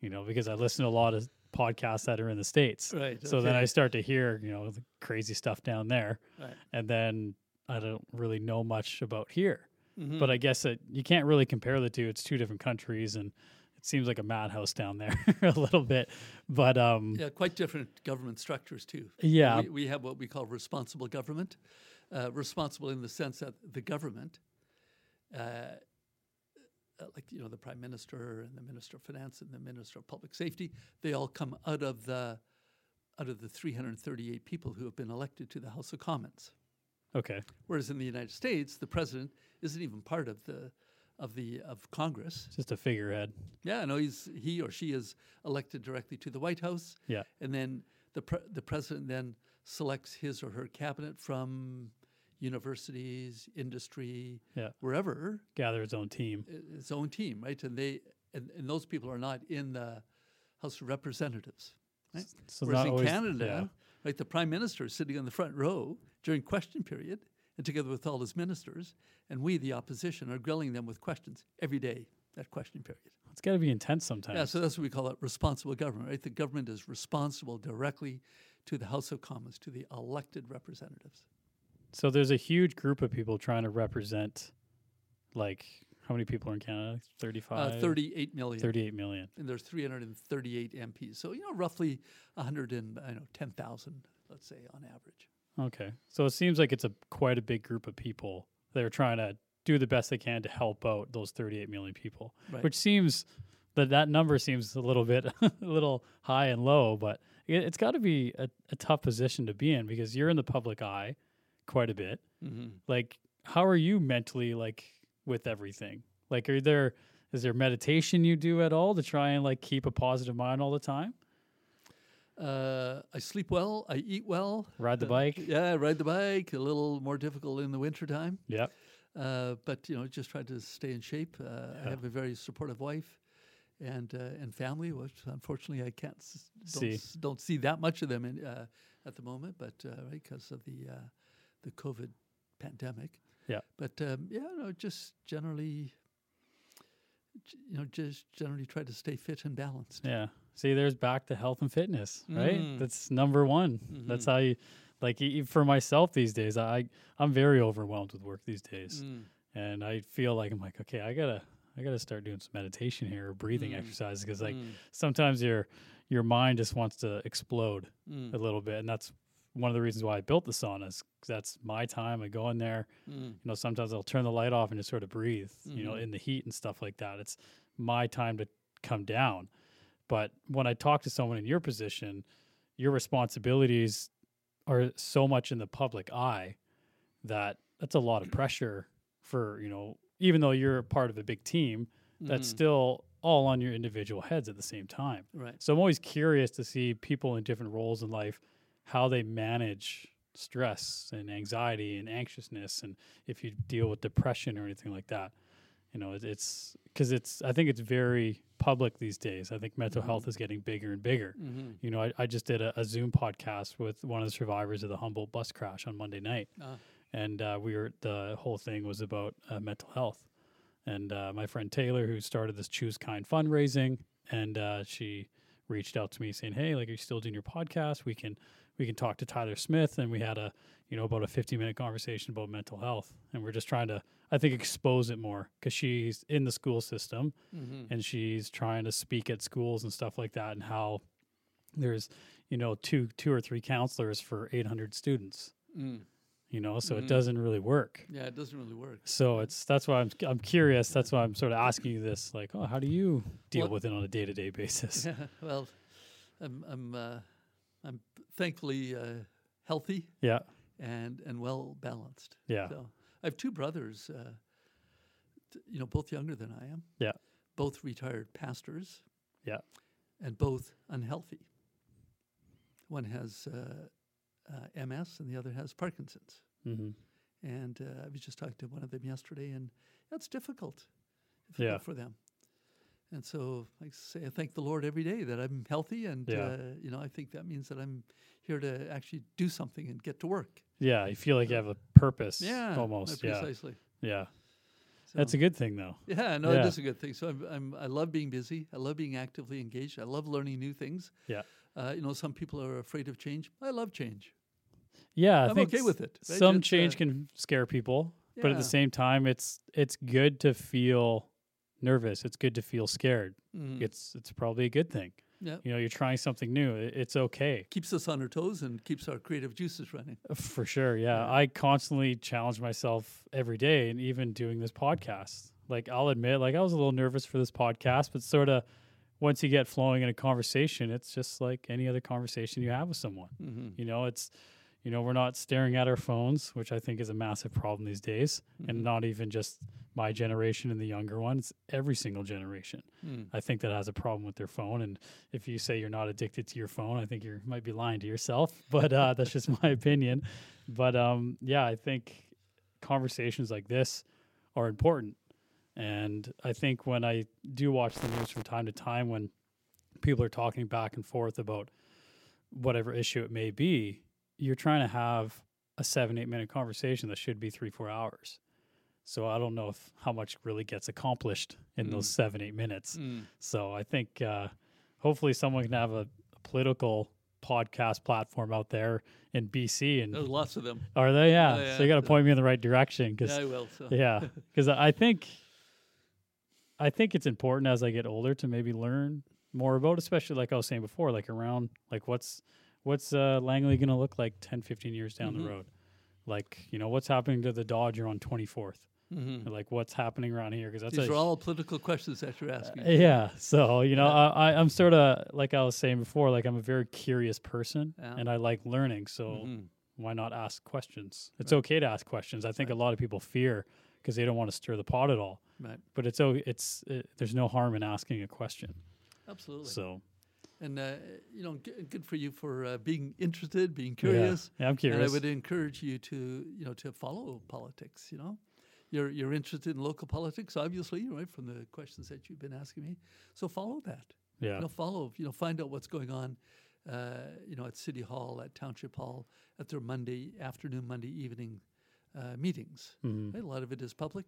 S1: You know, because I listen to a lot of podcasts that are in the states.
S2: Mm-hmm. Right.
S1: So then I start to hear, you know, the crazy stuff down there.
S2: Right.
S1: And then I don't really know much about here.
S2: Hmm. Mm-hmm.
S1: But I guess that you can't really compare the two. It's two different countries and it seems like a madhouse down there a little bit. But um yeah.
S2: Yeah, quite different government structures too.
S1: Yeah.
S2: we, we have what we call responsible government, uh, responsible in the sense that the government, uh, uh, like you know the prime minister and the minister of finance and the minister of public safety, they all come out of the out of the 338 people who have been elected to the House of Commons.
S1: Okay.
S2: Whereas in the United States, the president isn't even part of the of the of Congress.
S1: It's just a figurehead.
S2: Yeah, no, he's he or she is elected directly to the White House
S1: Yeah.
S2: and then the pre- the president then selects his or her cabinet from universities, industry,
S1: Yeah.
S2: wherever
S1: Gather its own team.
S2: i- its own team, right? And they and, and those people are not in the House of Representatives. Right?
S1: So
S2: Whereas
S1: not
S2: in
S1: always-
S2: Canada, right, the prime minister is sitting on the front row during question period, and together with all his ministers, and we, the opposition, are grilling them with questions every day at question period.
S1: yeah. It's gotta be intense sometimes.
S2: Yeah, so that's what we call it responsible government, right? The government is responsible directly to the House of Commons, to the elected representatives.
S1: So there's a huge group of people trying to represent like how many people are in Canada? Thirty five.
S2: Uh, 38 million.
S1: Thirty eight million.
S2: And there's 338 MPs. So, you know, roughly 100 and, I don't know, 10,000, let's say, on average.
S1: Okay. So it seems like it's a quite a big group of people that are trying to do the best they can to help out those 38 million people,
S2: Right.
S1: which seems that that number seems a little bit a little high and low, but it, it's got to be a, a tough position to be in because you're in the public eye quite a bit. Like, how are you mentally like with everything? Like, are there is there meditation you do at all to try and like keep a positive mind all the time?
S2: Uh, I sleep well. I eat well.
S1: Ride the
S2: uh,
S1: bike.
S2: Yeah, I ride the bike. A little more difficult in the wintertime.
S1: Yep.
S2: Uh, but, you know, just try to stay in shape. Uh, I have a very supportive wife. And, uh, and family, which unfortunately I can't s- don't
S1: See.
S2: s- don't see that much of them in, uh, at the moment, but uh, right because of the uh, the COVID pandemic.
S1: Yeah.
S2: But um, yeah, no, just generally, j- you know, just generally try to stay fit and balanced.
S1: Yeah. See, there's back to health and fitness, right?
S2: Mm. Mm-hmm.
S1: That's number one. That's how you, like, e- for myself these days, I I'm very overwhelmed with work these days,
S2: Mm.
S1: and I feel like I'm like, okay, I gotta I gotta start doing some meditation here or breathing
S2: Mm.
S1: exercises
S2: mm,
S1: because like sometimes your your mind just wants to explode a little bit, and that's one of the reasons why I built the sauna is 'cause that's my time. I go in there.
S2: mm,
S1: You know, sometimes I'll turn the light off and just sort of breathe. You know, in the heat and stuff like that. It's my time to come down. But when I talk to someone in your position, your responsibilities are so much in the public eye that that's a lot of pressure for you know even though you're a part of a big team that's
S2: Mm-hmm. mm.
S1: still all on your individual heads at the same time
S2: Right.
S1: so i'm always curious to see people in different roles in life how they manage stress and anxiety and anxiousness and if you deal with depression or anything like that you know it, it's because it's i think it's very public these days i think mental health is getting bigger and bigger
S2: Mm-hmm.
S1: you know, I, I just did a, a Zoom podcast with one of the survivors of the Humboldt bus crash on Monday night,
S2: Ah.
S1: and uh, we were the whole thing was about uh, mental health. And uh, my friend Taylor, who started this Choose Kind fundraising, and uh, she reached out to me saying, "Hey, like, are you still doing your podcast? We can we can talk to Tyler Smith." And we had a you know about a 50 minute conversation about mental health, and we're just trying to I think expose it more because she's in the school system
S2: Mm-hmm.
S1: and she's trying to speak at schools and stuff like that and how there's you know two two or three counselors for 800 students
S2: Mm.
S1: you know so
S2: Mhm.
S1: it doesn't really work
S2: Yeah, it doesn't really work.
S1: so it's that's why I'm I'm curious that's why I'm sort of asking you this like oh how do you deal
S2: Well-
S1: with it on a day-to-day basis
S2: Yeah, well, I'm I'm uh, I'm thankfully uh, healthy
S1: yeah
S2: and and well balanced.
S1: yeah
S2: So I have two brothers, uh, t- you know, both younger than I am.
S1: Yeah.
S2: Both retired pastors.
S1: Yeah.
S2: And both unhealthy. One has uh, uh, MS and the other has Parkinson's.
S1: hmm
S2: And uh, I was just talking to one of them yesterday, and that's difficult for,
S1: Yeah.
S2: for them. And so, like I say, I thank the Lord every day that I'm healthy, and
S1: Yeah.
S2: uh, you know, I think that means that I'm here to actually do something and get to work.
S1: yeah you feel like you have a purpose
S2: Yeah,
S1: almost yeah
S2: precisely.
S1: yeah
S2: So,
S1: that's a good thing though
S2: yeah, no, it
S1: yeah.
S2: is a good thing. So I'm, I'm, I love being busy. I love being actively engaged. I love learning new things.
S1: Yeah.
S2: Uh, you know, some people are afraid of change. I love change.
S1: Yeah, I
S2: I'm
S1: think
S2: okay
S1: s-
S2: with it. I
S1: Some
S2: just, uh,
S1: change can scare people, but at
S2: Yeah.
S1: the same time, it's it's good to feel nervous. It's good to feel scared.
S2: Mm.
S1: It's it's probably a good thing.
S2: Yeah.
S1: You know, you're trying something new. i- It's okay
S2: Keeps us on our toes and keeps our creative juices running.
S1: for sure. Yeah, I constantly challenge myself every day, and even doing this podcast. Like I'll admit, like I was a little nervous for this podcast, but sort of once you get flowing in a conversation, it's just like any other conversation you have with someone.
S2: Mm-hmm.
S1: You know, it's you know, we're not staring at our phones, which I think is a massive problem these days, and not even just my generation and the younger ones, every single generation.
S2: Mm.
S1: I think that has a problem with their phone and if you say you're not addicted to your phone, I think you might be lying to yourself, but uh that's just my opinion. But um yeah, I think conversations like this are important. And I think when I do watch the news from time to time when people are talking back and forth about whatever issue it may be, you're trying to have a seven, eight minute conversation that should be three, four hours. So I don't know if how much really gets accomplished in those seven, eight minutes.
S2: Mm.
S1: So I think uh, hopefully someone can have a, a political podcast platform out there in BC. And
S2: There's lots of them.
S1: are they? Yeah.
S2: Oh. yeah,
S1: So you got to
S2: so-
S1: point me in the right direction because
S2: Yeah, I will. So.
S1: yeah because i think i think it's important as i get older to maybe learn more about especially like i was saying before like around like what's what's uh, langley going to look like 10 15 years down
S2: Mhm.
S1: the road like you know what's happening to the dodger on 24th
S2: Mhm.
S1: Or, like what's happening around here because that's
S2: These
S1: a
S2: are all political questions that you're asking.
S1: yeah so you know I, I i'm sort of like i was saying before like i'm a very curious person
S2: Yeah.
S1: and i like learning so
S2: Mhm.
S1: why not ask questions? It's okay to ask questions. I think a lot of people fear because they don't want to stir the pot at all.
S2: Right.
S1: But it's oh, it's uh there's no harm in asking a question.
S2: Absolutely.
S1: So
S2: And uh, you know, g- good for you for uh, being interested, being
S1: yeah.
S2: curious.
S1: Yeah, I'm curious.
S2: And I would encourage you to, you know, to follow politics. You know, you're you're interested in local politics, obviously, right? From the questions that you've been asking me, so follow that.
S1: yeah,
S2: You know, follow. You know, find out what's going on. Uh, you know, at City Hall, at Township Hall, at their Monday afternoon, Monday evening uh, meetings.
S1: Mhm.
S2: Right? A lot of it is public.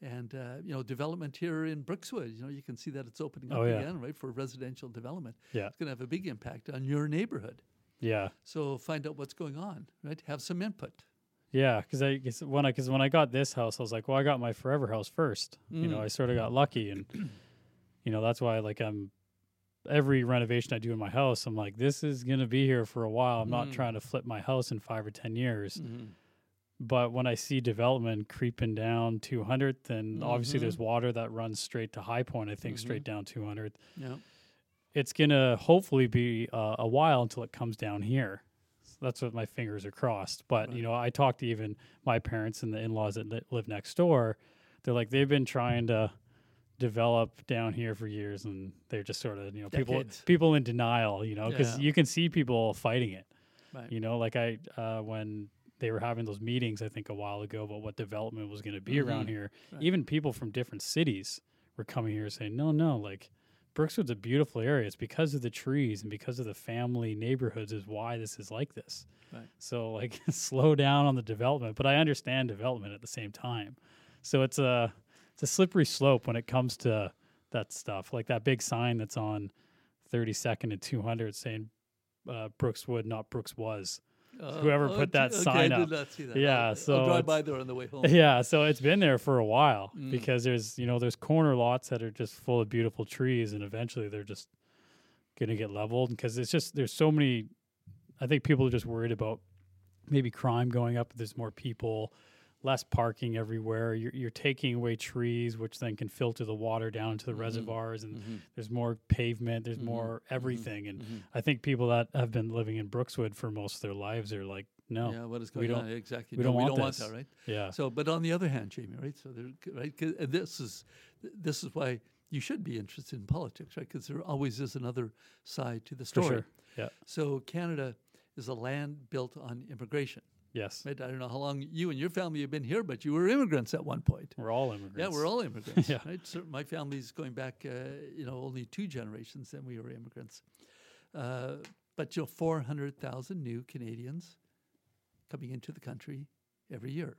S2: And uh, you know, development here in Brookswood. You know, you can see that it's opening up
S1: Oh, yeah.
S2: again, right, for residential development.
S1: Yeah.
S2: it's going to have a big impact on your neighborhood.
S1: yeah,
S2: So find out what's going on, right? Have some input.
S1: yeah. Because I guess when I because when I got this house, I was like, well, I got my forever house first. You know, I sort of got lucky, and you know that's why like I'm every renovation I do in my house, I'm like, this is gonna be here for a while. I'm not
S2: Mm.
S1: trying to flip my house in five or ten years.
S2: Mhm.
S1: But when I see development creeping down 200th, then obviously
S2: Mhm.
S1: there's water that runs straight to High Point. I think straight down 200th.
S2: Yeah.
S1: It's gonna hopefully be uh, a while until it comes down here. So that's what my fingers are crossed. But
S2: Right.
S1: you know, I talked to even my parents and the in-laws that li- live next door. They're like they've been trying to develop down here for years, and they're just sort of you know
S2: Decades.
S1: people people in denial. You know, because
S2: Yeah.
S1: you can see people fighting it.
S2: Right.
S1: You know, like I uh, when they were having those meetings, I think a while ago, about what development was going to be around
S2: Mhm.
S1: here.
S2: Right.
S1: Even people from different cities were coming here saying, "No, no, like Brookswood's a beautiful area. It's because of the trees and because of the family neighborhoods is why this is like this."
S2: Right.
S1: So like, slow down on the development, but I understand development at the same time. So it's a it's a slippery slope when it comes to that stuff. Like that big sign that's on 32nd and 200 saying uh, Brookswood, not Brooks was.
S2: Uh,
S1: whoever put
S2: gee-
S1: that
S2: okay,
S1: sign
S2: I did
S1: up.
S2: not see that.
S1: Yeah,
S2: I'll-
S1: so
S2: I'll drive
S1: it's-
S2: by there on the way home.
S1: Yeah, so it's been there for a while
S2: Mm.
S1: because there's you know there's corner lots that are just full of beautiful trees, and eventually they're just gonna get leveled because it's just there's so many. I think people are just worried about maybe crime going up. There's more people, less parking everywhere. You're, you're taking away trees, which then can filter the water down into the
S2: Mm-hmm.
S1: reservoirs, and
S2: Mhm.
S1: there's more pavement.
S2: Mm-hmm.
S1: There's more everything, and I think people that have been living in Brookswood for most of their lives are like, no,
S2: Yeah, what is
S1: we
S2: going on?
S1: don't-
S2: Exactly.
S1: we
S2: No,
S1: don't
S2: we
S1: want
S2: don't want
S1: this.
S2: that, right?
S1: yeah,
S2: So, but on the other hand, Jamie, right? So, there, c- right? 'cause- and this is th- this is why you should be interested in politics, right? Because there always is another side to the
S1: for
S2: story.
S1: sure, yeah,
S2: So, Canada is a land built on immigration.
S1: yes.
S2: Right? I don't know how long you and your family have been here, but you were immigrants at one point.
S1: We're all immigrants.
S2: Yeah, we're all immigrants.
S1: Yeah.
S2: right? Cer- my family's going back, uh, you know, only two generations, and we were immigrants. Uh, but you know, four hundred thousand new Canadians coming into the country every year.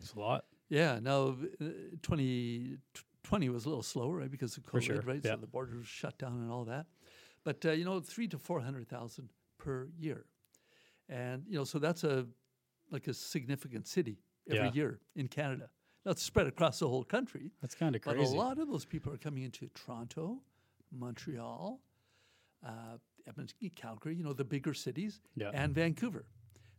S1: It's a lot.
S2: Yeah. Now, uh, 20, 20 was a little slower, right, because of COVID,
S1: sure,
S2: right?
S1: yeah.
S2: So the border was shut down and all that. But uh, you know, three to four hundred thousand per year, and you know, so that's a like a significant city every
S1: Yeah.
S2: year in Canada. Now it's spread across the whole country,
S1: That's kind of crazy.
S2: but a lot of those people are coming into Toronto, Montreal, uh, Edmonton, Calgary, you know, the bigger cities,
S1: Yeah.
S2: and Vancouver.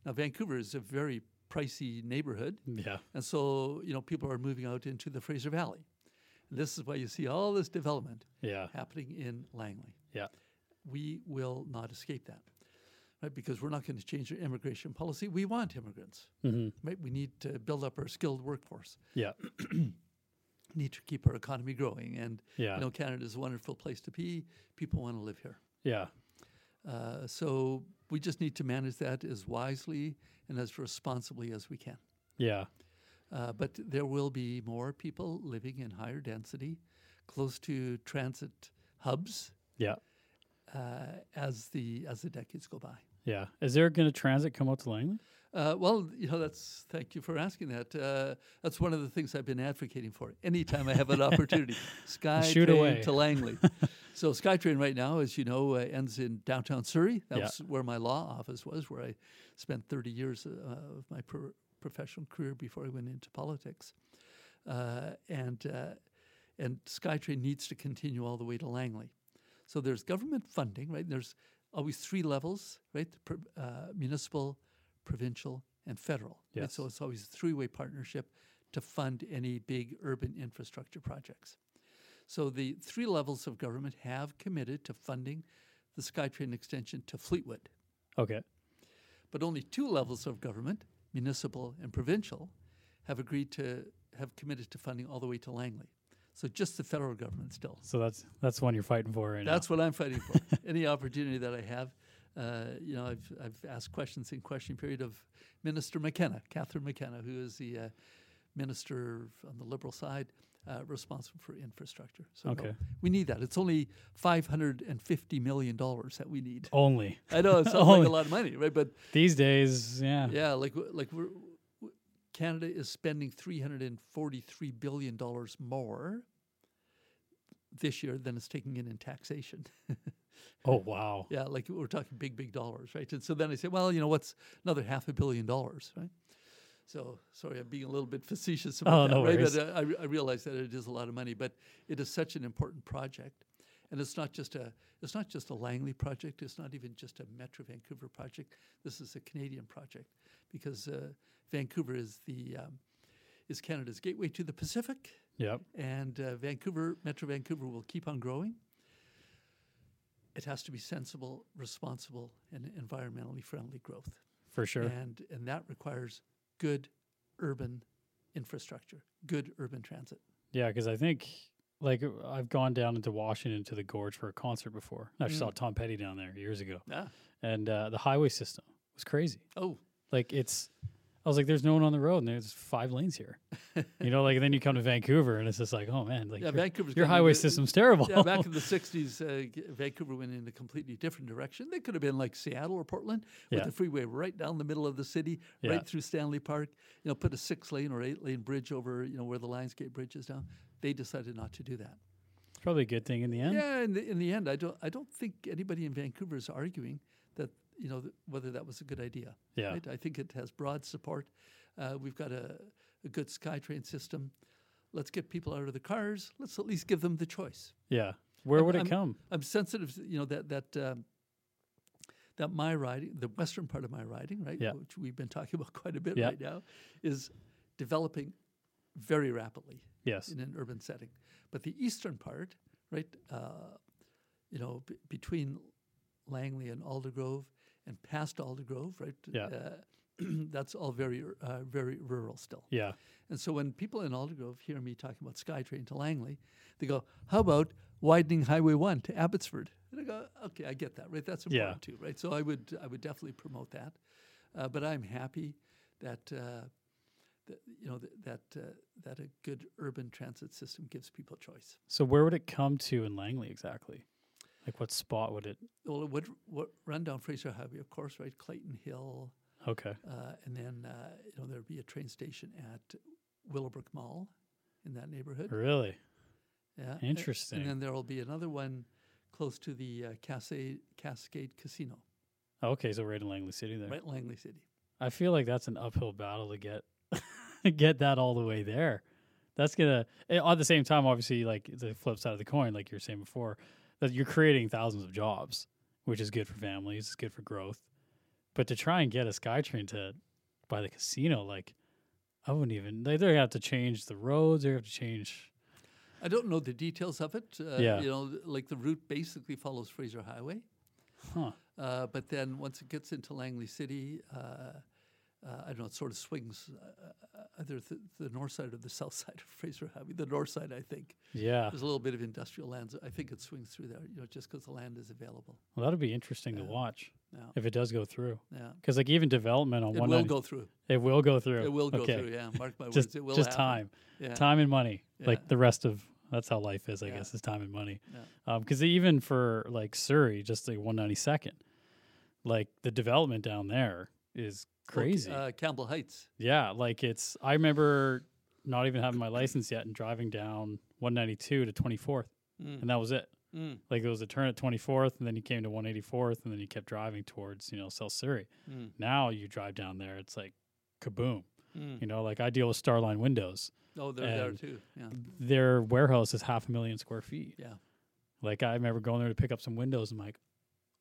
S2: Now, Vancouver is a very pricey neighborhood.
S1: Yeah.
S2: And so, you know, people are moving out into the Fraser Valley. And this is why you see all this development
S1: Yeah.
S2: happening in Langley.
S1: Yeah.
S2: We will not escape that, right? Because we're not going to change our immigration policy. We want immigrants,
S1: hmm
S2: right? We need to build up our skilled workforce.
S1: Yeah.
S2: We need to keep our economy growing. And,
S1: Yeah.
S2: you know, Canada is a wonderful place to be. People want to live here.
S1: Yeah.
S2: Uh, so we just need to manage that as wisely and as responsibly as we can.
S1: Yeah.
S2: Uh, but there will be more people living in higher density, close to transit hubs,
S1: Yeah.
S2: uh, as the as the decades go by.
S1: Yeah. Is there going to transit come out to Langley?
S2: Uh, well, you know, that's thank you for asking that. Uh, that's one of the things I've been advocating for. Anytime I have an opportunity,
S1: Shoot away.
S2: SkyTrain to Langley. so SkyTrain right now, as you know, uh, ends in downtown Surrey. That
S1: Yeah.
S2: was where my law office was, where I spent 30 years uh, of my pro- professional career before I went into politics. Uh, and uh, and SkyTrain needs to continue all the way to Langley. So there's government funding, right? There's always three levels, right? The pro- uh, municipal, provincial, and federal. right?
S1: Yes.
S2: So it's always a three-way partnership to fund any big urban infrastructure projects. So the three levels of government have committed to funding the SkyTrain extension to Fleetwood,
S1: Okay.
S2: but only two levels of government, municipal and provincial, have agreed to have committed to funding all the way to Langley. So just the federal government still.
S1: So that's that's one you're fighting for right
S2: That's what I'm fighting for. Any opportunity that I have, uh, you know, I've, I've asked questions in question period of Minister McKenna, Catherine McKenna, who is the uh, minister f- on the Liberal side uh, responsible for infrastructure. So no,
S1: Okay.
S2: we need that. It's only 550 million dollars that we need.
S1: now. Only
S2: I know it sounds like
S1: Only-
S2: a lot of money, right? But
S1: these days. Yeah.
S2: yeah, like w- like we're. w- Canada is spending 343 billion dollars more this year than it's taking in in taxation.
S1: Oh wow.
S2: Yeah, like we're talking big, big dollars, right? And so then I say, well, you know, what's another half a billion dollars, right? So sorry, I'm being a little bit facetious about
S1: Oh,
S2: that,
S1: no
S2: right?
S1: worries.
S2: But uh, I, re- I realize that it is a lot of money, but it is such an important project, And it's not just a it's not just a Langley project. It's not even just a Metro Vancouver project. This is a Canadian project because uh, Vancouver is the um, is Canada's gateway to the Pacific,
S1: Yep.
S2: and uh, Vancouver Metro Vancouver will keep on growing. It has to be sensible, responsible, and environmentally friendly growth,
S1: For sure.
S2: and and that requires good urban infrastructure, good urban transit.
S1: Yeah, because I think like uh, I've gone down into Washington to the gorge for a concert before. I
S2: Mm.
S1: saw Tom Petty down there years ago,
S2: Ah.
S1: and uh, the highway system was crazy.
S2: Oh,
S1: Like it's, I was like, "There's no one on the road, and there's five lanes here." you know, like and then you come to Vancouver, and it's just like, "Oh man, like
S2: yeah,
S1: your,
S2: Vancouver's
S1: your
S2: going
S1: highway
S2: into-
S1: system's terrible."
S2: Yeah, back in the '60s, uh, g- Vancouver went in a completely different direction. They could have been like Seattle or Portland, with
S1: Yeah.
S2: the freeway right down the middle of the city,
S1: Yeah.
S2: right through Stanley Park. You know, put a six-lane or eight-lane bridge over, you know, where the Lionsgate Bridge is now. They decided not to do that.
S1: it's probably a good thing in the end.
S2: Yeah, in the, in the end, I don't, I don't think anybody in Vancouver is arguing that you know th- whether that was a good idea.
S1: Yeah.
S2: right? I think it has broad support. Uh, we've got a, a good SkyTrain system. Let's get people out of the cars. Let's at least give them the choice.
S1: Yeah. Where would it
S2: I'm-
S1: come?
S2: I'm sensitive, to, you know, that that um, that my riding, the western part of my riding, right,
S1: Yeah.
S2: which we've been talking about quite a bit
S1: Yeah.
S2: right now, is developing very rapidly
S1: Yes.
S2: in an urban setting. But the eastern part, right, uh, you know, b- between Langley and Aldergrove and past Aldergrove, right,
S1: Yeah.
S2: uh, that's all very ur- uh, very rural still.
S1: Yeah.
S2: And so when people in Aldergrove hear me talking about SkyTrain to Langley, they go, "How about widening Highway One to Abbotsford?" And I go, "Okay, I get that, right? That's
S1: Yeah.
S2: important too, right?" So I would I would definitely promote that. Uh, but I'm happy that uh, that you know th- that uh, that a good urban transit system gives people choice.
S1: So where would it come to in Langley exactly? Like what spot would it?
S2: Well, it would what run down Fraser Highway, of course, right? Clayton Hill,
S1: Okay.
S2: uh, and then uh, you know there'd be a train station at Willowbrook Mall in that neighborhood.
S1: Really?
S2: Yeah. a-
S1: Interesting.
S2: And then there will be another one close to the uh, Cascade, Cascade Casino,
S1: Okay. So right in Langley City there.
S2: right, Langley City.
S1: I feel like that's an uphill battle to get get that all the way there. That's gonna eh, at the same time, obviously, like the flip side of the coin, like you were saying before, that you're creating thousands of jobs, which is good for families, it's good for growth. But to try and get a SkyTrain to by the casino, like I wouldn't even. Like, they're gonna have to change the roads. They have to change.
S2: I don't know the details of it. Uh,
S1: Yeah.
S2: You know, th- like the route basically follows Fraser Highway,
S1: Huh.
S2: uh, but then once it gets into Langley City, uh, uh, I don't know, it sort of swings uh, uh, either th- the north side or the south side of Fraser Highway. The north side, I think.
S1: Yeah.
S2: There's a little bit of industrial lands. I think it swings through there, you know, just because the land is available.
S1: Well, that'll be interesting to
S2: Yeah.
S1: watch
S2: Yeah.
S1: if it does go through.
S2: Yeah.
S1: Because like even development on
S2: It
S1: one,
S2: will
S1: 90
S2: go through.
S1: it will go through.
S2: It will go
S1: Okay.
S2: through. Yeah. Mark my
S1: Just
S2: words. It will
S1: just
S2: happen.
S1: time.
S2: Yeah.
S1: time and money
S2: Yeah.
S1: like the rest of that's how life is i
S2: Yeah.
S1: guess is time and money
S2: Yeah.
S1: because even for like surrey just like 192nd like the development down there is
S2: Well, K-
S1: crazy
S2: Uh, Campbell Heights.
S1: yeah like it's i remember not even having my license yet and driving down 192 to 24th and that was it
S2: Mm,
S1: like it was a turn at 24th and then you came to 184th and then you kept driving towards you know south surrey
S2: mm,
S1: now you drive down there it's like kaboom
S2: mm.
S1: you know like i deal with starline windows
S2: Oh, they're there
S1: and-
S2: too. Yeah,
S1: their warehouse is half a million square feet
S2: yeah.
S1: Like I remember going there to pick up some windows. I'm like,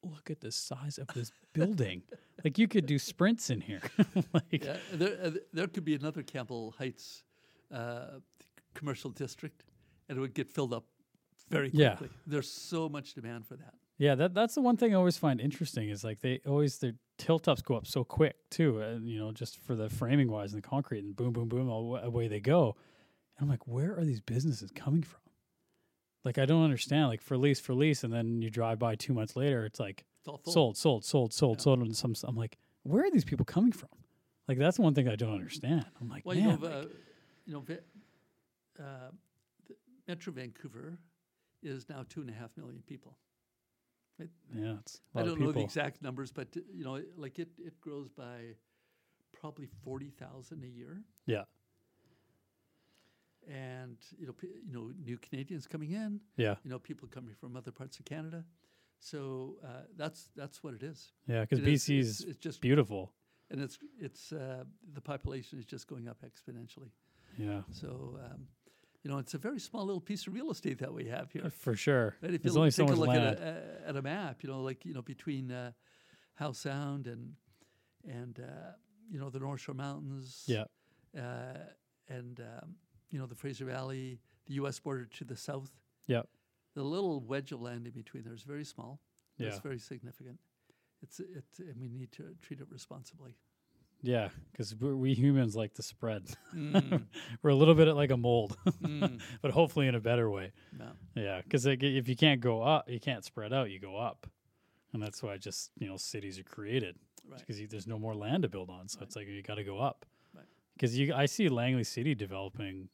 S1: look at the size of this building. like you could do sprints in here. like
S2: yeah. and There, uh, th- there could be another Campbell Heights uh, c- commercial district, and it would get filled up very
S1: Yeah.
S2: quickly. There's so much demand for that.
S1: Yeah, that that's the one thing I always find interesting is like they always their hilltops go up so quick too, and you know just for the framing wise and the concrete and boom boom boom all, away they go, and I'm like, where are these businesses coming from? Like I don't understand. Like for lease for lease, and then you drive by two months later, it's like
S2: It's all full.
S1: sold sold sold sold
S2: Yeah.
S1: sold, and some I'm like, where are these people coming from? Like that's one thing I don't understand. I'm like,
S2: Well,
S1: man,
S2: you know,
S1: like-
S2: uh, you know, Va- uh, th- Metro Vancouver is now two and a half million people.
S1: Yeah, it's a
S2: I
S1: lot
S2: don't
S1: of
S2: know
S1: people.
S2: the exact numbers, but uh, you know, like it, it grows by probably forty thousand a year.
S1: Yeah.
S2: and you know, p- you know, new Canadians coming in,
S1: yeah,
S2: you know, people coming from other parts of Canada. So uh, that's that's what it is.
S1: yeah, because
S2: It is-
S1: BC
S2: it's-
S1: is
S2: it's just
S1: beautiful.
S2: and it's it's uh, the population is just going up exponentially.
S1: Yeah,
S2: So um, You know, it's a very small little piece of real estate that we have here.
S1: uh, for sure.
S2: Right? If
S1: There's
S2: you
S1: only
S2: look,
S1: so much
S2: take a look at
S1: land.
S2: a, at a map, you know, like you know, between uh, Howe Sound and and uh, you know the North Shore Mountains,
S1: yeah,
S2: uh, and um, you know the Fraser Valley, the U.S. border to the south.
S1: yeah,
S2: The little wedge of land in between there is very small. but
S1: Yeah.
S2: It's very significant. It's it, and we need to treat it responsibly.
S1: yeah. Because we humans like to spread.
S2: Mm,
S1: We're a little bit like a mold,
S2: mm,
S1: but hopefully in a better way.
S2: no.
S1: Yeah, because if you can't go up, you can't spread out. You go up, and that's why just you know cities are created
S2: Right.
S1: because there's no more land to build on. So it's like you got to go up.
S2: Right.
S1: Because you, I see Langley City developing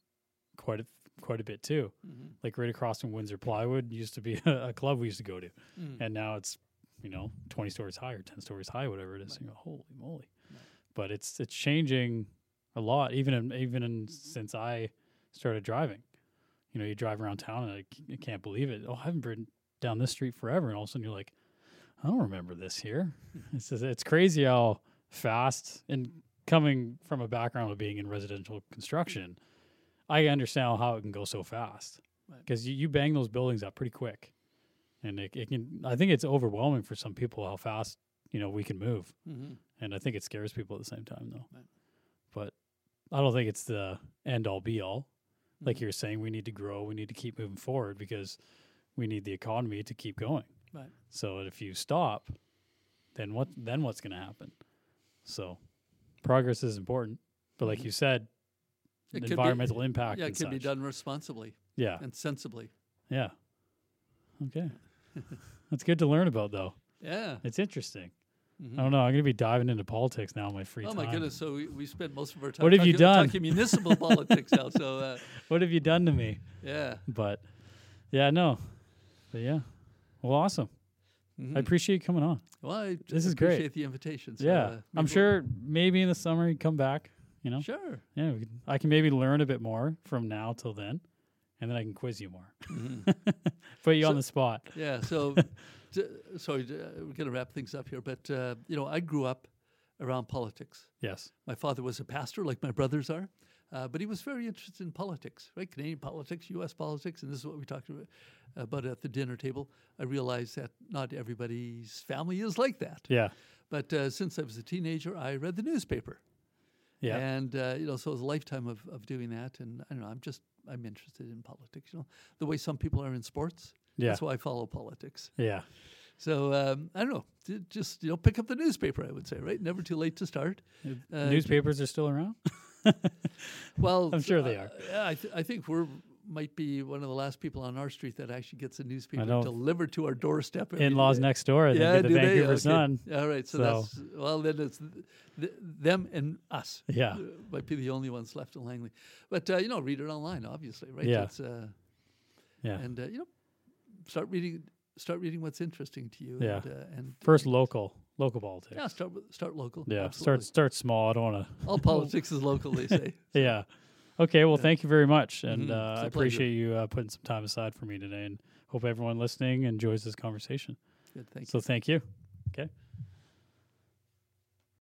S1: quite a quite a bit too.
S2: Mhm.
S1: Like right across from Windsor Plywood used to be a, club we used to go to,
S2: Mm.
S1: and now it's you know twenty stories high or ten stories high, whatever it is.
S2: Right.
S1: You know, holy moly!
S2: Right.
S1: But it's it's changing a lot, even in, even
S2: Mm-hmm.
S1: in, since I started driving. You know, you drive around town and I, c- I can't believe it. Oh, I haven't been down this street forever, and all of a sudden you're like, I don't remember this here.
S2: Hmm.
S1: it's just, it's crazy how fast and coming from a background of being in residential construction, I understand how it can go so fast
S2: Right.
S1: because you, you bang those buildings up pretty quick, and it, it can. I think it's overwhelming for some people how fast you know we can move,
S2: Mhm.
S1: and I think it scares people at the same time though.
S2: Right.
S1: But I don't think it's the end all be all. Like
S2: Mm-hmm.
S1: you're saying, we need to grow, we need to keep moving forward because we need the economy to keep going.
S2: Right.
S1: So if you stop, then what? Then what's going to happen? So progress is important, but like you said,
S2: Mm-hmm. It could be-
S1: environmental impact.
S2: Yeah, it
S1: and
S2: can be
S1: such.
S2: done responsibly
S1: Yeah,
S2: and sensibly.
S1: yeah. Okay, that's good to learn about though.
S2: Yeah.
S1: It's interesting.
S2: Mhm.
S1: I don't know. I'm going to be diving into politics now in my free
S2: Oh
S1: time.
S2: my goodness! So we, we spent most of our time.
S1: What have you
S2: talking,
S1: done?
S2: Talking municipal politics now. So uh,
S1: What have you done to me?
S2: yeah,
S1: But yeah, no. But yeah. Well, awesome. I
S2: Mhm.
S1: appreciate you coming on.
S2: well, I
S1: This is great.
S2: appreciate the invitation. So,
S1: yeah.
S2: uh, maybe
S1: I'm
S2: we'll-
S1: sure maybe in the summer you come back, you know?
S2: Sure.
S1: Yeah, we could, I can maybe learn a bit more from now till then, and then I can quiz you more. Put you on
S2: Mm-hmm. So-
S1: the spot.
S2: Yeah. So, d- sorry, d- uh, we're going to wrap things up here. But uh, you know, I grew up around politics.
S1: Yes.
S2: My father was a pastor, like my brothers are, uh, but he was very interested in politics, right? Canadian politics, U.S. politics, and this is what we talked about, about at the dinner table. I realized that not everybody's family is like that.
S1: Yeah.
S2: But uh, since I was a teenager, I read the newspaper.
S1: Yeah.
S2: And, uh, you know, so it was a lifetime of, of doing that. And I don't know, I'm just, I'm interested in politics, you know, the way some people are in sports.
S1: Yeah.
S2: That's why I follow politics.
S1: yeah.
S2: So um, I don't know, j- just, you know, pick up the newspaper, I would say, right? Never too late to start. Uh,
S1: Newspapers are still around?
S2: Well,
S1: I'm sure they
S2: uh,
S1: are.
S2: yeah, I, th- I think we're, might be one of the last people on our street that actually gets a newspaper
S1: know.
S2: delivered to our doorstep. every
S1: In laws
S2: day.
S1: next door,
S2: Yeah,
S1: they'd be
S2: do
S1: the
S2: they?
S1: Vancouver
S2: Okay.
S1: Sun.
S2: All right, so,
S1: So-
S2: that's well, then it's th- th- them and us.
S1: Yeah.
S2: Uh, might be the only ones left in Langley, but uh, you know, read it online, obviously, right?
S1: Yeah.
S2: It's, uh,
S1: Yeah.
S2: and uh, you know, start reading, start reading what's interesting to you.
S1: Yeah.
S2: and, uh, and
S1: First
S2: and-
S1: local, local politics.
S2: Yeah, start with- start local.
S1: Yeah, start
S2: absolutely.
S1: start small. I don't want
S2: All politics is local, they say.
S1: to. Yeah. Okay. Well, thank you very much, and
S2: Mhm,
S1: uh,
S2: it's
S1: I
S2: a pleasure.
S1: appreciate you uh, putting some time aside for me today, and hope everyone listening enjoys this conversation.
S2: Good, thank you.
S1: So, thank you. Okay.